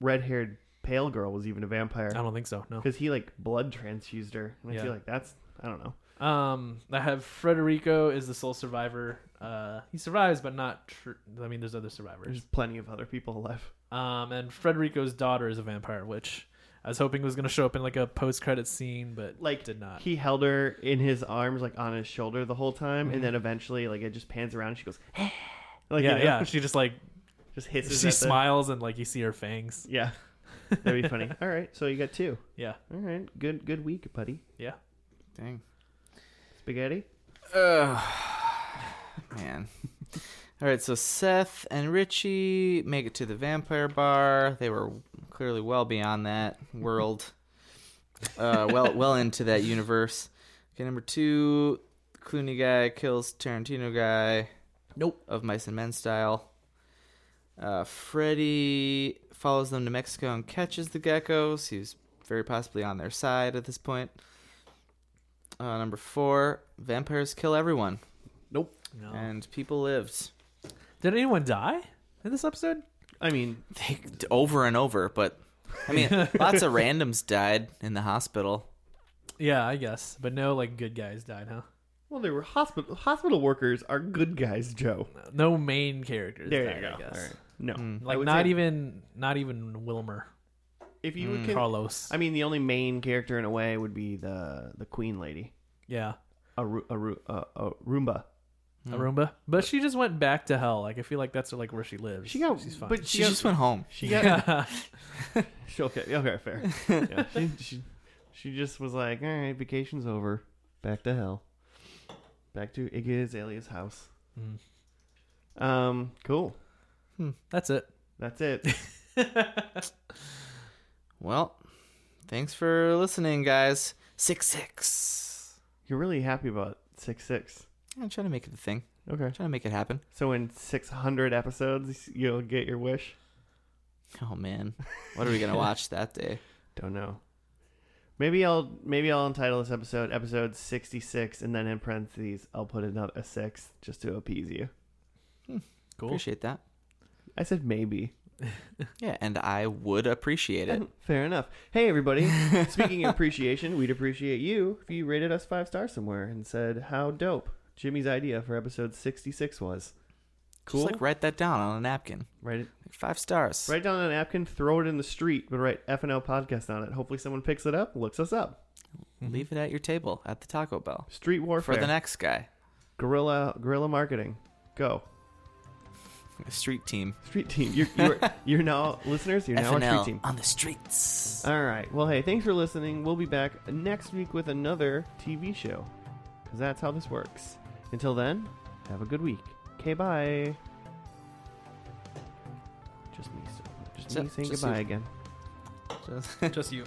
A: red-haired pale girl was even a vampire
B: I don't think so. No.
A: because he like blood transfused her. And I
B: Oh. Yeah.
A: feel like that's I don't know.
B: Um, I have Frederico is the sole survivor. Uh, he survives, but not. Tr- I mean, there's other survivors.
A: There's plenty of other people alive.
B: Um, and Frederico's daughter is a vampire, which I was hoping was going to show up in like a post-credit scene, but
A: like
B: did not.
A: He held her in his arms, like on his shoulder the whole time, and then eventually, like it just pans around. and She goes, like
B: Mm-hmm. yeah,
A: you know,
B: yeah. She just like
A: just hisses.
B: she
A: at the-
B: smiles and like you see her fangs.
A: Yeah, that'd be funny. All right, so you got two.
B: Yeah,
A: All right, good good week, buddy.
B: yeah.
C: Dang.
A: Spaghetti.
C: Oh, man. All right, so Seth and Richie make it to the vampire bar. They were clearly well beyond that world, uh, well, well into that universe. Okay, number two, Clooney guy kills Tarantino guy.
B: Nope.
C: Of Mice and Men style. Uh, Freddy follows them to Mexico and catches the geckos. He's very possibly on their side at this point. Uh, number four, vampires kill everyone,
A: Oh.
B: No.
A: Eh.
C: and people lived.
B: Did anyone die in this episode?
A: I mean,
C: They, over and over, but I mean, lots of randoms died in the hospital.
B: Yeah, I guess, but no, like good guys died, huh?
A: well, there were hospital hospital workers are good guys, Joe.
B: No main characters.
A: There
B: died,
A: you go.
B: I
A: All
B: guess. Mm.
A: right. No,
C: Hmm.
A: I
B: Like
A: would
B: not
A: say
B: even not even Wilmer,
A: if you would. con-
B: Mm, Carlos.
A: I mean, the only main character in a way would be the the queen lady,
B: yeah,
A: a Ru- a, Ru- a, a Roomba. Hmm.
B: Arumba. But she just went back to hell. Like I feel like that's like where she lives.
A: She got,
B: She's fine.
A: but
C: She
A: she, got,
C: just went home.
A: she got She- okay, okay, fair. Yeah, she, she, she just was like, all right, vacation's over. Back to hell. Back to Iggy Azalea's house.
B: Mm.
A: Um, cool.
B: that's it.
A: That's it.
C: Well, thanks for listening, guys. Six six.
A: You're really happy about six six.
C: I'm trying to make it a thing.
A: Okay.
C: trying to make it happen.
A: So in six hundred episodes, you'll get your wish.
C: Oh man, what are we gonna watch that day?
A: Don't know. Maybe I'll maybe I'll entitle this episode episode sixty six, and then in parentheses I'll put another a six just to appease you.
B: Cool.
C: Appreciate that.
A: I said maybe.
C: Yeah, and I would appreciate it.
A: Fair enough. Hey, everybody. Speaking of appreciation, we'd appreciate you if you rated us five stars somewhere and said how dope Jimmy's idea for episode 66 was. Cool.
C: Just like write that down on a napkin.
A: write, it,
C: Like five stars.
A: write it down on a napkin, throw it in the street, but write FNL podcast on it. Hopefully, someone picks it up, looks us up. Mm-hmm.
C: Leave it at your table at the Taco Bell
A: Street warfare.
C: for the next guy.
A: guerrilla, guerrilla marketing. Go.
C: Street team.
A: Street team. You're, you're, you're now, listeners, you're now a
C: FNL
A: street team.
C: on the streets.
A: All right. Well, hey, thanks for listening. We'll be back next week with another TV show. Because that's how this works. Until then, have a good week. Okay, bye. Just me, so- just
C: So-
A: me saying
C: just
A: goodbye
C: you.
A: again.
B: Just you.